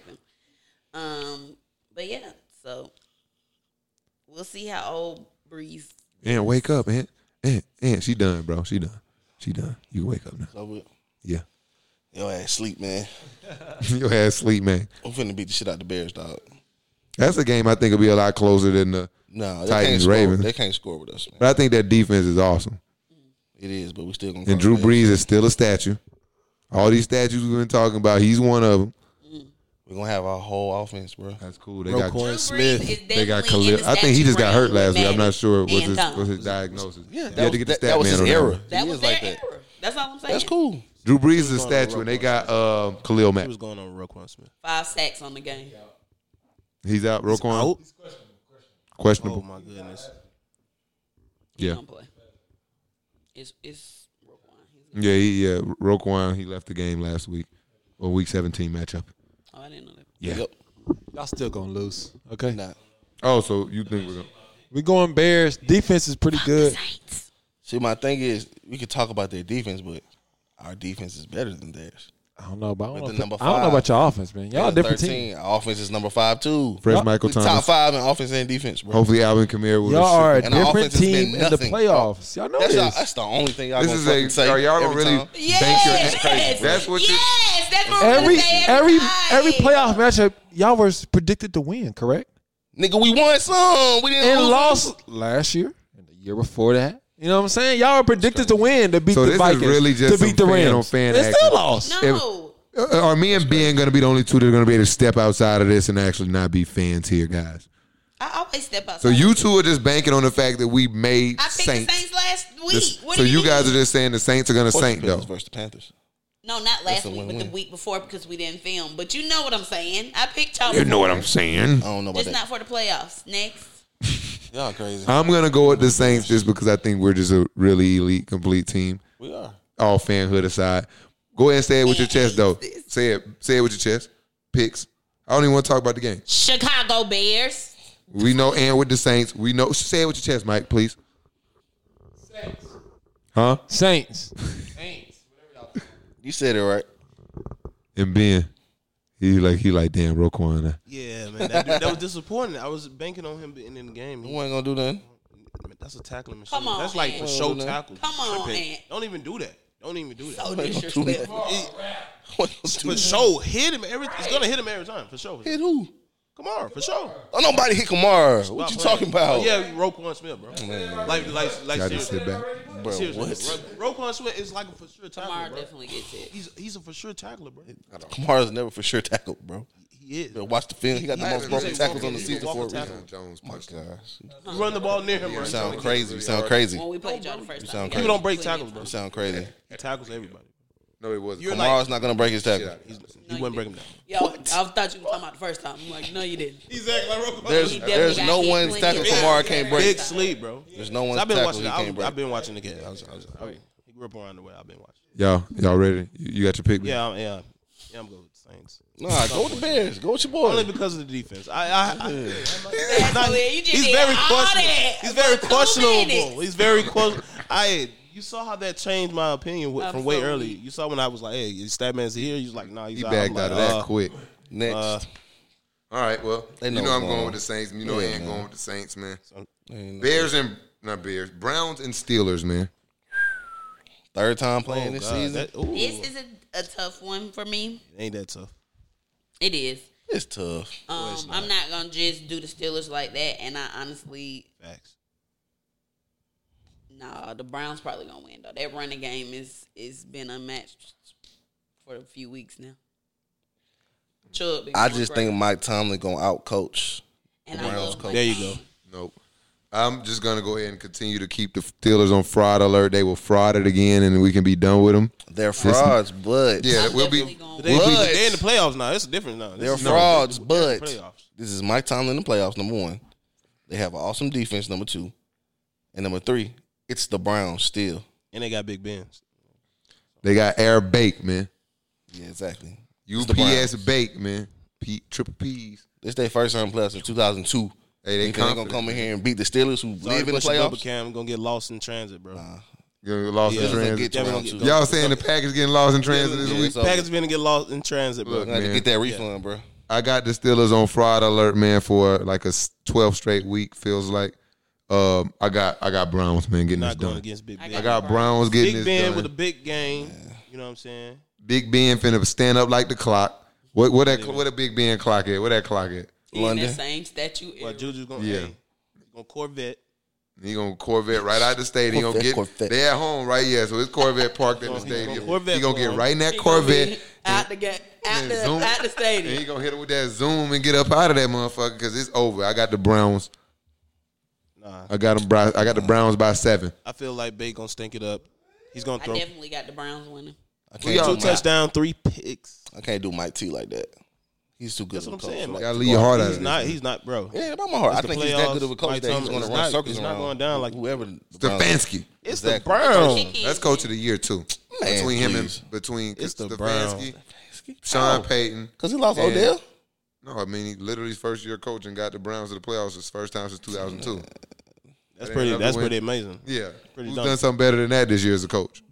Um, but yeah, so we'll see how old Breeze.
And wake up, and and and she done, bro. She done. She done. You can wake up now.
So we-
Yeah. [laughs]
Yo, ass sleep, man.
Your ass sleep, man.
I'm finna beat the shit out the Bears, dog.
That's a game I think will be a lot closer than the.
No, they
Titans,
can't score.
Ravens.
They can't score with us, man.
But I think that defense is awesome.
It is, but we still gonna.
And
call
Drew
it bad.
Brees is still a statue. All these statues we've been talking about, he's one of them.
We're gonna have our whole offense, bro.
That's cool. They
Roquan
got
Smith.
they got Khalil. I think he just got hurt last week. I'm not sure what his, what's his diagnosis. Yeah, you had to get the
that,
stat
that was
man
his
on that
era.
one.
That
He
was
is
their
like that.
error. That's all I'm saying.
That's cool.
Drew Brees is a
going on
statue, and they
Roquan
got um, Khalil Mack.
What was going on with Roquan Smith?
Five sacks on the game.
He's out. Roquan
Out? Oh,
questionable.
my goodness.
yeah,
Don't play. It's it's Roquan. He's-
yeah, he, yeah. Roquan he left the game last week, or week 17 matchup.
Oh, I didn't know that.
Yeah.
Yep.
Y'all still gonna lose. Okay.
Nah.
Oh, so you think we're gonna?
We're going Bears. Defense is pretty good.
Saints.
See, my thing is, we could talk about their defense, but our defense is better than theirs.
I don't know, but I don't,
With
know,
the
if-
number
I don't know
five.
about your offense, man. Y'all a
They're
different team.
13. Our offense is number five too.
Fresh
Yup.
Michael
We top
Thomas.
five in offense and defense, bro.
Hopefully, Alvin Kamara will.
Y'all are a
And our
different
offense has been
team in the
nothing.
playoffs. Y'all know
That's, all,
this.
that's the only thing y'all
This
gonna
is
fucking
a.
say.
Are y'all don't
every
really?
time.
bank
Yes.
your-
That's crazy.
That's what you.
Yes, that's what I'm
every
gonna say
every
time.
every playoff matchup, y'all were predicted to win, correct?
Nigga, we won some. We didn't
And
lose.
lost last year and the year before that. You know what I'm saying? Y'all are predicted to win to beat
So
the
this is
Vikings,
really just
to beat the
some fan
Rams.
on fan
they still
action.
lost.
No,
Uh, Are me and Ben going to be the only two that are going to be able to step outside of this and actually not be fans here, guys?
I always step up.
So you two are just banking on the fact that we made
I picked
Saints.
the Saints last week.
This-
what
so
do you,
you guys are
mean?
just saying the Saints are going to
Of course
Saint
the
though.
Panthers versus the Panthers.
no, not last
a
week, but the
win-win.
week before because we didn't film. But you know what I'm saying. I picked y'all.
You know what
before.
I'm saying.
I don't know about
Just not
that.
for the playoffs. Next,
y'all crazy.
I'm going to go with the Saints just because I think we're just a really elite, complete team.
We are.
All fanhood aside. Go ahead and say it with your chest though. Say it. Say it with your chest. Picks. I don't even want to talk about the game.
Chicago Bears.
We know and with the Saints. We know. Say it with your chest, Mike, please. Huh?
Saints.
You said it right.
And Ben, he like he like damn Roquan. uh,
Yeah, man, that, dude, that was disappointing. I was banking on him being in the game.
We ain't gonna do nothing. [laughs]
Man, That's a tackling machine.
Come on,
That's like for
Ant.
show tackle.
Come on, Ant.
Don't even do that. Don't even do that.
So
Why you gonna do
disrespectful.
that? Why you gonna do
for
that?
sure, hit him every. It's gonna hit him every time for sure.
Hit who?
Come on, for sure.
Oh, nobody hit Kamara.
Stop
What you
playing.
talking about?
Oh, yeah, Roquan Smith, bro. Like, like, like,
Y'all just
seriously,
sit back.
bro.
seriously,
What?
Ro- Roquan Smith is like a for sure tackler,
Kamara
bro.
definitely gets it.
He's he's a for sure tackler, bro.
Kamara's never for sure tackled, bro.
He is.
Bro, watch the film. He got the most broken
he's
tackles
walking-
on the
he's
season
walking
for a
tackle.
reason. Oh
John Jones punched him.
Gosh, you
You run the ball near him, bro.
sound
People
crazy. You sound crazy.
When
You
we played y'all the first time,
sound
we got
crazy.
don't break tackles, bro.
sound crazy.
He tackles everybody.
No, it wasn't.
You're
Kamara's not gonna break his tackle.
He's, he wouldn't break him down.
Yo, I thought you were talking about the first time. I'm like, no, you didn't.
He's acting like Roquan.
There's
He definitely
there's
got
no
hit
one's
plenty
tackle
of
Kamara
times.
can't
big
break.
sleep, bro.
There's no one's
I've been
tackle
watching.
he can't
I, I've
break.
been watching the game. I was, I was, I was, he grew up around the way I've been watching.
Y'all, y'all ready? You you got your pick? man?
Yeah, I'm, yeah, yeah. I'm going with the Saints.
Nah, go with the Bears. Go with your
Only
boy.
because of the defense. I, I, I
That's
Nah,
weird. You just
he's
did
very
all
questionable.
that
He's
for
very
two
questionable.
minutes.
He's very questionable. I you saw how that changed my opinion wi- from way early.
Absolutely.
You saw when I was like, "Hey, Statman's here." You was like, "Nah, he's
He
out."
backed
I'm
out
like,
of that
uh,
quick.
Next,
uh,
All right, well,
They
you
know
know I'm
what's
going
going
with the Saints. You know
Yeah,
I ain't
man.
going with the Saints, man.
ain't no-
Bears and not Bears, Browns and Steelers, man.
third time
oh,
playing this
God,
season.
that- ooh,
This is a, a tough one for me.
ain't that tough?
It is.
It's tough.
Um, I'm not gonna just do the Steelers like that, and I honestly,
Facts.
nah, the Browns probably gonna win though. That running game is is been unmatched for a few weeks now. Chubb been
I
going
just
great.
think Mike Tomlin gonna outcoach.
and
Browns
love
coach.
Mike
There you go.
Tomlin.
Nope. I'm just gonna go ahead and continue to keep the Steelers on fraud alert. They will fraud it again, and we can be done with them.
They're frauds, but
Yeah,
I'm
we'll be.
definitely gonna-
They,
What?
they in the playoffs now. It's different now. This
They're
is-
frauds,
They're in
but
the playoffs.
this is Mike Tomlin in the playoffs. Number one, they have an awesome defense. Number two, and number three, it's the Browns still.
and they got Big Ben.
They got air bake, man.
Yeah, exactly. the
UPS bake, man. P triple P's.
This their first round playoffs in 2002.
Hey, they
They think they gonna
confident.
come in here and beat the Steelers who live in the
Bubba
playoffs.
Cam gonna get lost in transit, bro.
You know, lost
Yeah.
in transit.
Get your
Y'all
round
gonna
two.
get-
Y'all saying the package getting lost in transit this
Yeah,
week?
it's over.
Packers been to get lost in transit, bro.
Look,
Gonna have to
man.
get that refund, bro.
I got the Steelers on fraud alert, man, for like a s- 12 straight week. Feels like. Um, I got I got Browns, man, getting this
not going
done.
against Big Ben.
I got Browns getting
Big
this
Ben
done.
with a big game. You know what I'm saying?
Big Ben finna stand up like the clock. What what that what a Big Ben clock at? What that clock at?
He in
London.
that same statue.
Well, Juju's gonna
Yeah.
yeah. gonna Corvette.
He gonna Corvette right out the stadium. He gonna
Corvette,
get
Corvette.
they at home right yeah. So it's Corvette parked at the
He gonna
stadium.
Corvette
he gonna get
for him.
right in that
He gonna
Corvette.
be out the ga- out
and
the
zoom.
out the
And he
stadium.
gonna hit him with that zoom and get up out of that motherfucker because it's over. I got the Browns.
Nah,
I got them. bri- I got the Browns by seven.
I feel like Bay gonna stink it up. He's gonna
I
throw
definitely got the Browns winning.
I
We all
can't,
two
do Mike,
touchdown, three picks.
I can't do Mike T like that. He's too good
That's
of a
what I'm
coach.
saying,
for
man.
Y'all leave your heart out. of
He's
this.
not. He's not, bro.
Yeah, by my heart.
It's
I
the
think he's that good of a
playoffs.
coach
Mike
that he's
Tomlin-
going to
it's
run
not-
circles
it's not
around
going down like-
whoever. the Browns-
Stefanski.
It's the
Exactly.
Browns.
That's coach of the year too.
Man,
between him
please.
and between
It's the
Stefanski,
Browns.
Oh.
Sean Payton.
Because he lost
Yeah.
Odell.
No, I mean he literally his first year coach and got the Browns to the playoffs his first time since 2002.
That's
They
pretty.
never
That's
win.
pretty amazing.
Yeah,
Pretty
who's
dope.
done something better than that this year as a coach?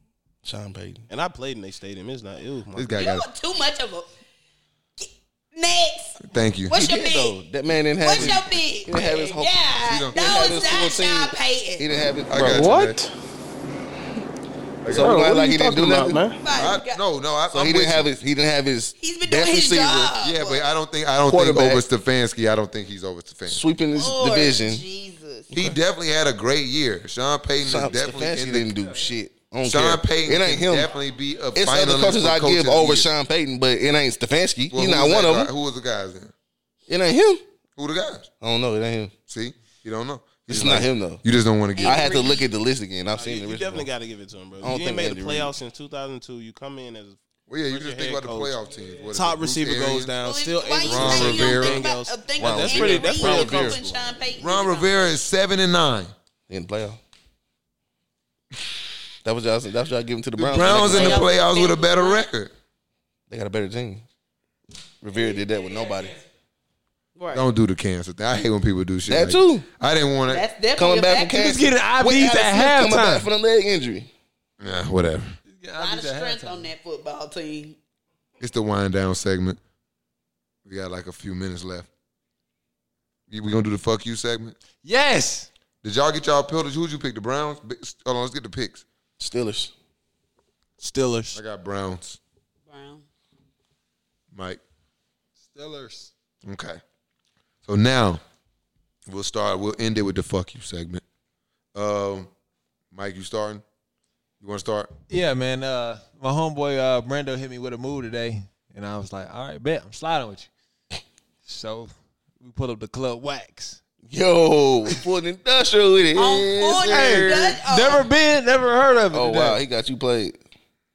Sean Payton.
And I played in they stadium. It's not. It was my
This guy
You
got.
were too much of a. Next,
Thank you.
[laughs]
what's
He
your
did, though.
big?
That man didn't have
What's
his-
your big?
didn't have his whole-
he
Yeah,
don't- he
no,
didn't
have his
it's
full
not Sean
team. He
Payton.
didn't have it.
I got you,
What?
So
Bro,
we
what
act
are
like
you
he didn't do
talking about,
nothing.
man?
man.
My
I,
God.
no, no, I,
So
I'm
he
with
didn't have
you.
his. He didn't have his.
He's been
best
doing his
receiver
job.
Yeah, but I don't think I don't think
Quarterback.
over Stefanski. I don't think he's over Stefanski.
sweeping his
Lord
division.
Jesus.
He definitely had a great year. Sean Payton
Sean
is definitely
Stefanski
in the
didn't do shit. I don't
Sean
care.
Payton
It ain't
can
him.
definitely be a
It's
finalist
other coaches
for
I
coach of
give
the
over
year.
Sean Payton, but it ain't Stefanski.
Well,
He's
who
not
was
one
that
of
guy-
them.
Who was the guys then?
It ain't him.
Who the guys?
I don't know. It ain't him.
See, you don't know. You
It's
just
not
like-
him though.
You just don't want to get.
I had to look at the list again. I've
Oh, You,
seen
you
the
definitely got to give it to him, bro.
I don't
You ain't
think
made the
Andy Reid-
playoffs since 2002. You come in as
well, yeah, you
Where's
just
your
think about
head
the
coach?
playoff teams. What
a
is
top
it,
receiver
Bruce
goes
Arians?
down.
Well,
Still,
why you
Andy
Ron
say
Reid.
you don't
Rivera.
think about, uh, think
Wow,
about
that's
Andy
pretty- that's
Reid
Ron
coaching
Rivera's
Sean Payton?
Ron Rivera is seven and nine.
in the playoff. That was y'all. That's what y'all giving to the
The
Browns.
Browns in the
Playoff
playoffs with a
fifty-one.
better record.
They got a better team. Rivera did that with nobody.
Right.
Don't do the cancer thing. I hate when people do shit.
That
like
too.
I didn't want to.
That's definitely
Coming
a
back from
factor.
cancer.
getting IVs
With Alex
at
Smith Coming
halftime.
back from the leg injury.
Nah, whatever.
A lot of strength on that football team.
It's the wind down segment. We got like a few minutes left. You- We gonna do the fuck you segment?
Yes.
Did y'all get y'all pillars? Who'd you pick? The Browns? B- Hold on, let's get the picks.
Steelers.
I
Steelers.
got Browns.
Brown.
Mike.
Steelers.
Okay. So now we'll start. We'll end it with the fuck you segment. Um, Mike, you starting? You want to start?
Yeah, man. Uh, my homeboy uh, Brando hit me with a move today, and I was like, "All right, bet I'm sliding with you." So we pulled up the club wax.
Yo, pulling industrial with it.
On uh,
Yes, sir.
Dutch,
Never been, never heard of it.
Oh
today.
wow, he got you played.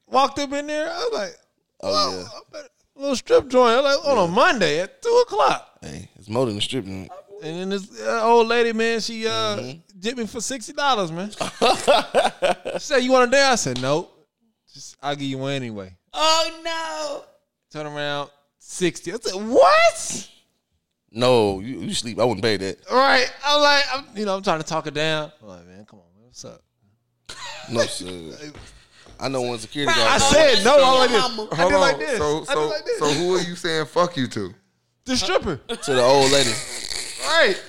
Walked up in there. I was like,
Oh yeah.
"Oh, I bet- little strip joint." I was like, on a Monday at two o'clock,
Hey, it's more than a strip joint.
and then this uh, old lady, man, she uh
Mm-hmm.
dipped me for sixty
[laughs]
dollars, man. she said, "You want a dare?" I said, "Nope. Just I'll give you one anyway."
Oh no.
Turn around, sixty. I said, "What?"
No, you, you sleep. I wouldn't pay that.
Right. I'm like, I'm, you know, I'm trying to talk her down. I'm like, man, come on, man, what's up?
No sir. I know one security
I
guard.
said no. I like
Mama.
this. I did like this.
So, so,
I did like this.
so who are you saying fuck you to?
the stripper.
to the old lady.
Right.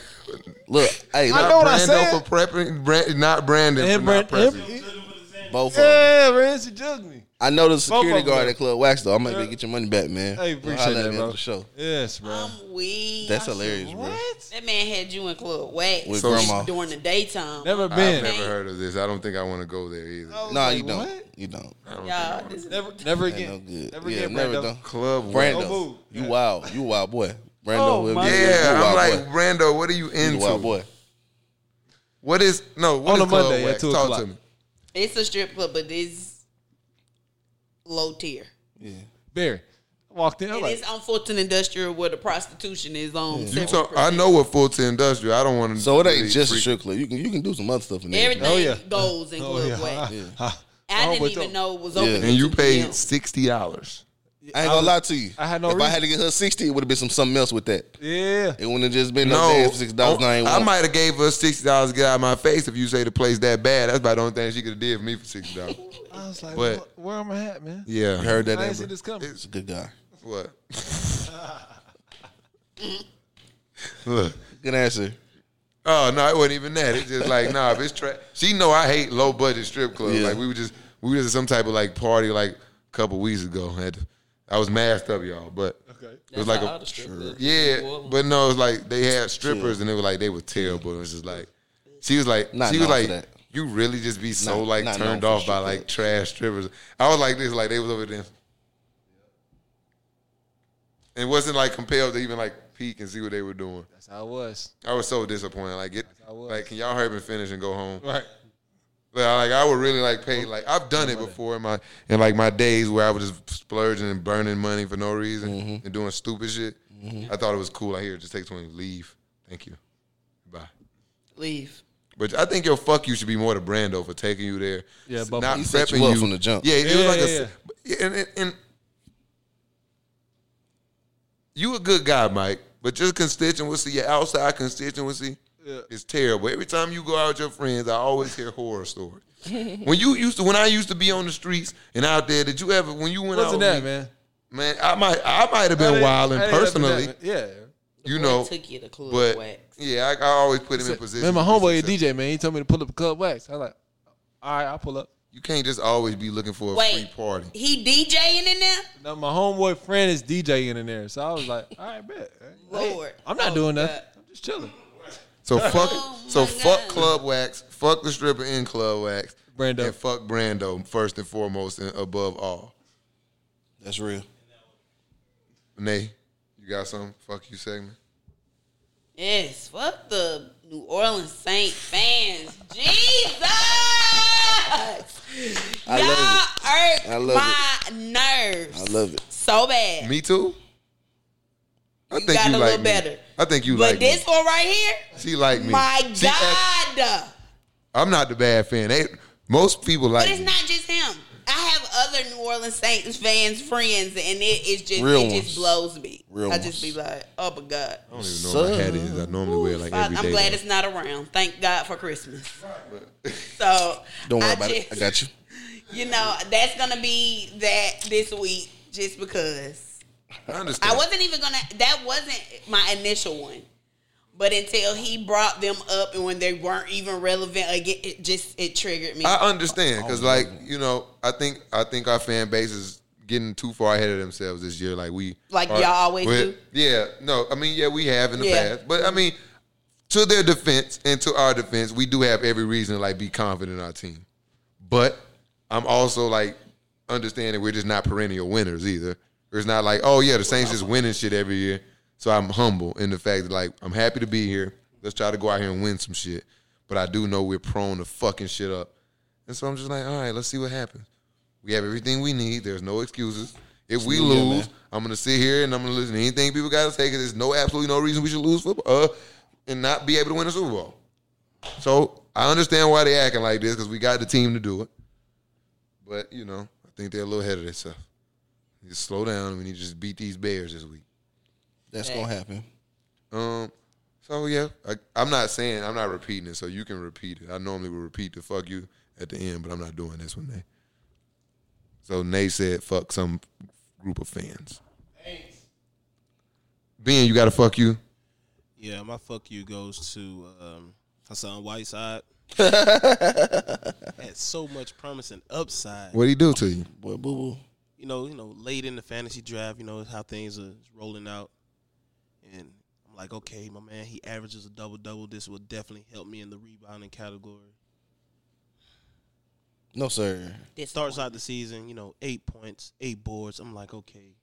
Look, hey,
I
look,
know what I
Brando
said.
for prepping, Brand, not Brandon
And
for not
Brand- and-
prepping.
both of them.
yeah, man, she judged me.
I know the
Both
security
of them.
guard at Club Wax though. I might be able to get your money back, man.
Hey,
I'll
appreciate
holler at
that,
you
bro.
after The show.
Yes, bro.
I'm weak.
That's hilarious, bro.
What?
That man had you in Club Wax
With
So-
grandma.
[laughs] during the daytime.
Never
I've
been.
never heard of this. I don't think I want to go there either.
No,
Like,
you don't.
what?
You don't.
Y'all, this is
Never, never
Ain't no
again.
good.
Never
yeah,
again,
never
Brando.
done.
Club.
Brando,
Don't move.
you wild. You wild boy. Brando,
Oh,
whoever
my
you is,
Yeah,
you
I'm
wild
like
boy.
Brando. What are you
You wild
into?
boy.
What is no? What
On
is
a
Club
Monday at
Wax?
2
Talk to
o'clock.
me.
it's a strip club, but it's low tier.
Barry walked in. I'm
And
like,
it's on Fulton Industrial where the prostitution is on.
You
7%.
talk, I know what Fulton Industrial. I don't want to.
So it ain't just a strip club. You can you can do some other stuff in there.
Everything
Oh, yeah.
goes in
[laughs]
Club
[laughs]
Wax.
ha.
I
Oh,
didn't
but
even
yo-
know it was open.
Yeah.
until
And you
2 p.m.
paid sixty dollars.
I ain't gonna lie to you.
I had no
If I
reason.
had to get her sixty, it would have been some something else with that.
Yeah.
It wouldn't have just been no,
No, Oh,
damn six dollars. I,
I might have gave her sixty dollars to get out of my face if you say the place that bad. That's about the only thing she could have did for me for sixty dollars.
I was like,
But-
"Wh- where am I at, man?
yeah,
heard that.
I didn't see
Amber?
this coming.
It's a good guy.
what? Look.
Good answer.
Oh no, it wasn't even that. It's just like nah, if it's trash. She know I hate low budget strip clubs.
Yeah.
Like we were just we was at some type of like party like a couple weeks ago. Had to- I was masked up, y'all, but it was like a yeah, but no, it was like they had strippers and it was like they were terrible. It was just like she was like
Not
she was
known
like
for that.
you really just be so
Not-
like
not known
turned
for
off by
strip
like
clubs.
trash strippers. I was like this, like they was over there. It wasn't like compelled to even like peek and see what they were doing.
That's how I was.
I was so disappointed. Like it,
I was.
like can y'all hurry up and finish and go home?
Right.
Like, I- like, I would really like pay. Like I've done it before in my in like my days where I was just splurging and burning money for no reason
Mm-hmm.
and doing stupid shit. I thought it was cool. I hear just take twenty, leave. Thank you, bye.
Leave.
But I think your fuck you should be more to Brando for taking you there.
Yeah,
S-
but-
not
He set
prepping
you up
you
from the jump.
Yeah, it was
Yeah,
like
yeah,
a. And, and, and you a good guy, Mike, but your constituency, your outside constituency, is terrible. Every time you go out with your friends, I always hear horror stories. [laughs] when you used to, when I used to be on the streets and out there, did you ever? When you went
Wasn't
out,
that,
with me-
man?
man, I might, I might have
I
been
didn't-
wilding
I didn't have to do that,
personally.
man. Yeah.
You
Boy,
know,
took you to club
but
wax.
yeah, I, I always put him in position.
Man, my
to be
homeboy a
successful.
DJ, man. He told me to pull up Club Wax. I was like, all right, I'll pull up.
You can't just always be looking for a free
Wait,
party.
he DJing in there?
Now, my homeboy friend is DJing in there. So I was like, all right, bet.
Lord.
I'm not
Oh,
doing
God.
nothing. I'm just chilling.
So fuck,
[laughs] Oh my
so fuck
God.
Club Wax, fuck the stripper in Club Wax,
Brando.
and fuck Brando first and foremost and above all.
That's real.
Nay, you got something? Fuck you segment.
Yes, fuck the New Orleans Saint fans. [laughs] Jesus! I
I
Y'all
love
irk
I love
my nerves.
I love it.
so bad.
Me too. I
You got a little
me.
better.
I think you
but
like
this
me.
one right here,
She like me.
my
She
uh,
act-
God.
I'm not the bad fan. They, most people like
but it's
me.
not just him. I have other New Orleans Saints fans, friends, and it is just
Real
it
ones.
just blows me.
Real
I just
ones.
be like, oh my God.
I don't even know what my hat is. I normally wear it like
Father,
every
I'm
day,
glad
though.
it's not around. Thank God for Christmas. So
Don't worry
I
about it.
just-
I got you.
You know, that's gonna be that this week just because.
I understand.
I wasn't even gonna that wasn't my initial one. But until he brought them up and when they weren't even relevant again, it just it triggered me.
I understand because, like, you know, I think I think our fan base is getting too far ahead of themselves this year. Like we,
Like
are-
y'all always
we're-
do?
Yeah, no, I mean, yeah, we have in the
Yeah.
past, but I mean, to their defense and to our defense, we do have every reason to like be confident in our team. But I'm also like understanding we're just not perennial winners either. It's not like, oh yeah, the Saints just winning shit every year. So I'm humble in the fact that like I'm happy to be here. Let's try to go out here and win some shit. But I do know we're prone to fucking shit up. And so I'm just like, all right, let's see what happens. We have everything we need. There's no excuses. If we lose, I'm gonna sit here and I'm gonna listen to anything people gotta say because there's no absolutely no reason we should lose football uh, and not be able to win a Super Bowl. So I understand why they acting like this because we got the team to do it. But you know, I think they're a little ahead of themselves. Need to slow down. We need to just beat these Bears this week.
That's gonna happen.
Um. So yeah, I, I'm not saying I'm not repeating it, so you can repeat it. I normally would repeat the "fuck you" at the end, but I'm not doing this one. Nay. So Nay said, "Fuck some group of fans." Thanks. Ben, you got to fuck you.
Yeah, my fuck you goes to um, Hassan Whiteside. Had so much promise and upside.
What would he do to you?
Boy, boo boo.
You know, you know, late in the fantasy draft, you know how things are rolling out, and I'm like, okay, my man, he averages a double double. This will definitely help me in the rebounding category.
No sir.
This
Starts out the season, you know, eight points, eight boards. I'm like, okay,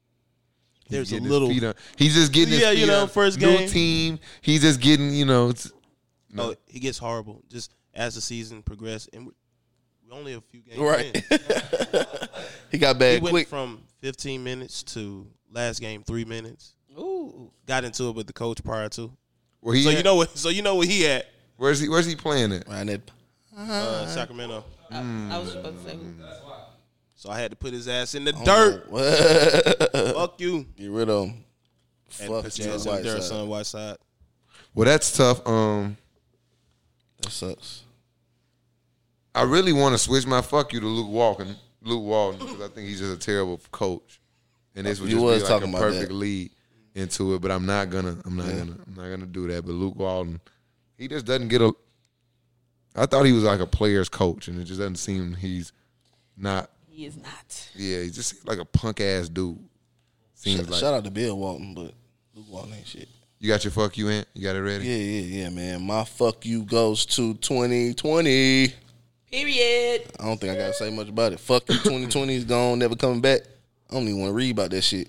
He's
there's a
getting his
little.
feet un- he's just getting. His
Yeah, you
feet
know,
un-
first
new
game.
team. He's just getting. You know, it's,
No, he gets horrible just as the season progressed, and we're, we're only a few
[laughs]
games in.
Right. he got
He
bad
went
quick.
from 15 minutes to last game three minutes.
Ooh.
Got into it with the coach prior to.
where he.
So
at?
you know what? So you know where he at?
where's he? Where's he playing at?
Around that
Uh, Sacramento.
I, I was about to say
So I had to put his ass in the dirt. Fuck you.
Get rid of him.
Had
Fuck
to put
you,
your ass in the dirt,
Whiteside.
son. Whiteside.
Well, that's tough. Um,
That sucks.
I really want to switch my fuck you to Luke Walton. Luke Walton because I think he's just a terrible coach, and this would
You
just
was
be like a
talking about
perfect
that.
lead into it. But I'm not gonna. I'm not gonna. I'm not gonna do that. But Luke Walton, he just doesn't get a. I thought he was like a player's coach, and it just doesn't seem he's not.
he is not.
Yeah, he just seems like a punk ass dude. Seems
Shout,
like
shout out to Bill Walton, but Luke Walton ain't shit.
you got your fuck you in. You got it ready.
Yeah, yeah, yeah, man. My fuck you goes to 2020. I
Period.
don't think I gotta say much about it. Fuck you, 2020 is gone, never coming back. I don't even want to read about that shit.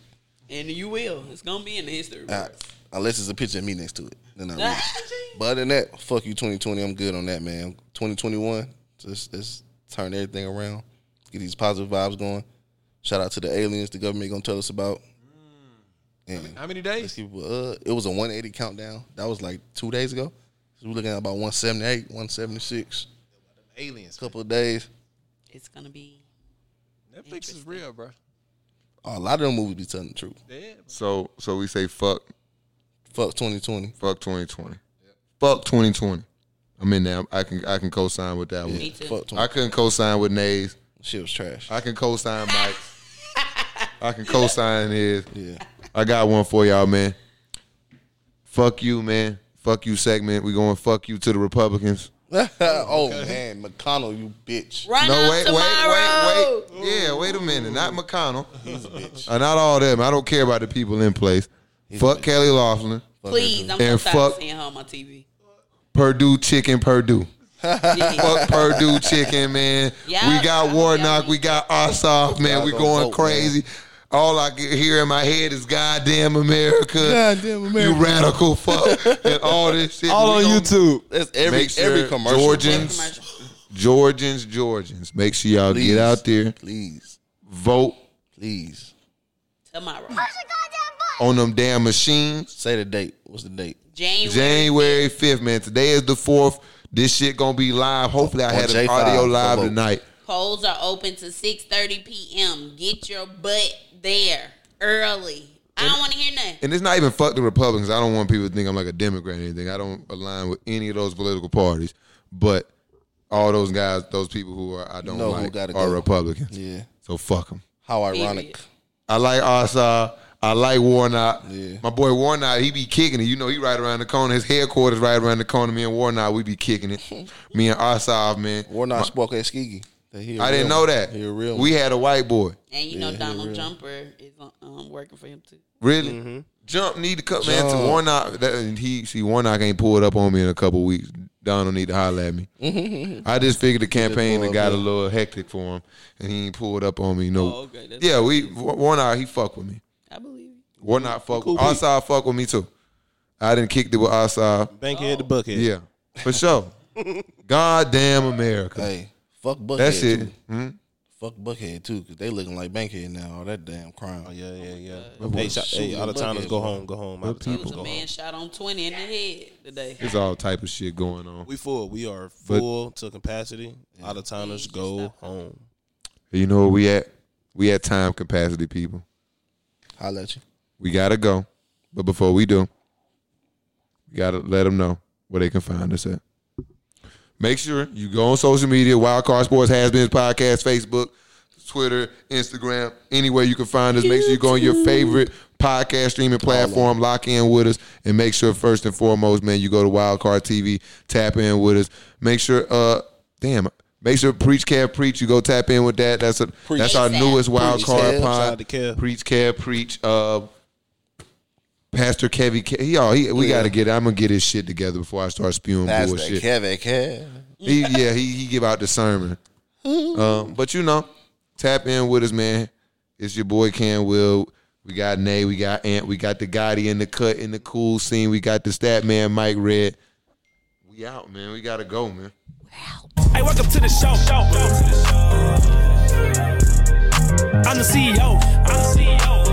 And you will. It's gonna be in the history [laughs]
Uh,
books.
unless it's a picture of me next to it, then I read. it. But other than that, fuck you, 2020. I'm good on that, man. 2021, just, just turn everything around, get these positive vibes going. Shout out to the aliens the government gonna tell us about. And
How many
let's
days?
keep- uh, it was a 180 countdown. That was like two days ago. So we're looking at about 178, 176.
Aliens.
Couple of days.
It's gonna be
Netflix is real, bro.
A lot of them movies be telling the truth.
So so we say fuck
Fuck 2020.
fuck 2020. Fuck 2020. I'm in there. I can I can co-sign with that
Yeah,
one.
too.
Fuck 20.
I couldn't co-sign with Nays.
Shit was trash.
I can co-sign Mike's. I can co-sign his.
yeah. [laughs]
I got one for y'all, man. Fuck you, man. Fuck you segment. We going fuck you to the Republicans.
oh man, McConnell, you bitch.
Run up tomorrow.
wait, wait. Yeah, wait a minute. Not McConnell. He's a bitch. not all them. I don't care about the people in place. fuck Kelly Laughlin,
Please, I'm so
And
tired of
fuck-
seeing her on my
[laughs]
TV.
Purdue Chicken, Purdue. fuck Purdue Chicken, man.
Yeah,
we got
I-
Warnock.
yeah.
We got Ossoff, man.
Y'all
we
gonna
going
vote,
crazy. All I can hear in my head is goddamn America.
Goddamn America.
You radical fuck. [laughs] and all this shit.
All
We
on
gonna-
YouTube.
That's every
Make sure
every commercial.
Georgians, Georgians, Georgians. Make sure y'all
Please.
get out there,
Please,
vote
please
Tomorrow.
Push the goddamn button.
on them damn machines.
say the date. What's the date?
January.
January fifth, man. Today is the fourth. This shit gonna be live. Hopefully, I
On
had an
J5,
audio
come
live
on.
tonight.
Polls are open to 6.30 p.m. Get your butt there early. I don't want to hear nothing.
And it's not even fuck the Republicans. I don't want people to think I'm like a Democrat or anything. I don't align with any of those political parties. But all those guys, those people who are I don't
know who
like, are
gotta go.
Republicans.
Yeah.
So fuck them.
How ironic.
I like Asa. I like Warnock.
Yeah.
My boy Warnock, he be kicking it. You know, he right around the corner. His headquarters right around the corner. Me and Warnock, we be kicking
[laughs]
it. Me and Asaf, man.
Warnock spoke at Skeegee. That he a
I didn't
real
know
one.
that.
He a real.
we
one.
had a white boy.
And you know Donald Jumper is um, working for him too.
Really? Jump need to come man to
Jump.
Warnock. That, and he see Warnock ain't pulled up on me in a couple weeks. Donald need to holler at me. I just figured the campaign that
pull
got
up,
a little hectic for him, and he ain't pulled up on me. No.
Oh, okay, that's-
yeah, we Warnock he fuck with me.
I believe you.
Warnock fuck. with Asad fuck with me too. I didn't kick it with Asad.
Bankhead the bucket.
Yeah, for sure. Goddamn America.
Hey, fuck Buckhead.
That's it.
Too.
Hmm?
Fuck Buckhead too, because they looking like Bankhead now. All that damn crime.
Oh, yeah, yeah, yeah. hey, shot,
shoot,
hey, out of
look
towners,
at
go
it, bro.
home, go home. Out of
It
towners,
was
go
a
home.
man shot on 20 in the head today.
There's all type of shit going on.
We full. We are
Uh-huh. But-
full to capacity. Out of towners, go home.
You know where we at? We at time capacity, people.
Holla at you.
We gotta go, but before we do, we gotta let them know where they can find us at. Make sure you go on social media. Wildcard Sports has been podcast, Facebook, Twitter, Instagram, anywhere you can find us. Make sure you go on your favorite podcast streaming platform. Lock in with us, and make sure first and foremost, man, you go to Wildcard TV. Tap in with us. Make sure, uh, damn. Make sure preach care preach. You go tap in with that. That's a, that's our
ASAP.
newest wild
Preach
card
Kev.
pod.
Shout out to Kev.
Preach care preach. Uh, Pastor Kevin, Ke- he, all he, we
Yeah.
gotta get. I'm gonna get his shit together before I start spewing
That's
bullshit.
that Kevin Kev.
He, yeah, he he give out the sermon. Um, but you know, tap in with us, man. It's your boy Can Will. We got Nay, we got Ant, we got the Gotti in the cut in the cool scene. We got the stat man Mike Red. We out, man. We gotta go, man.
Hey, welcome to the show. I'm E the E CEO. I'm the CEO. E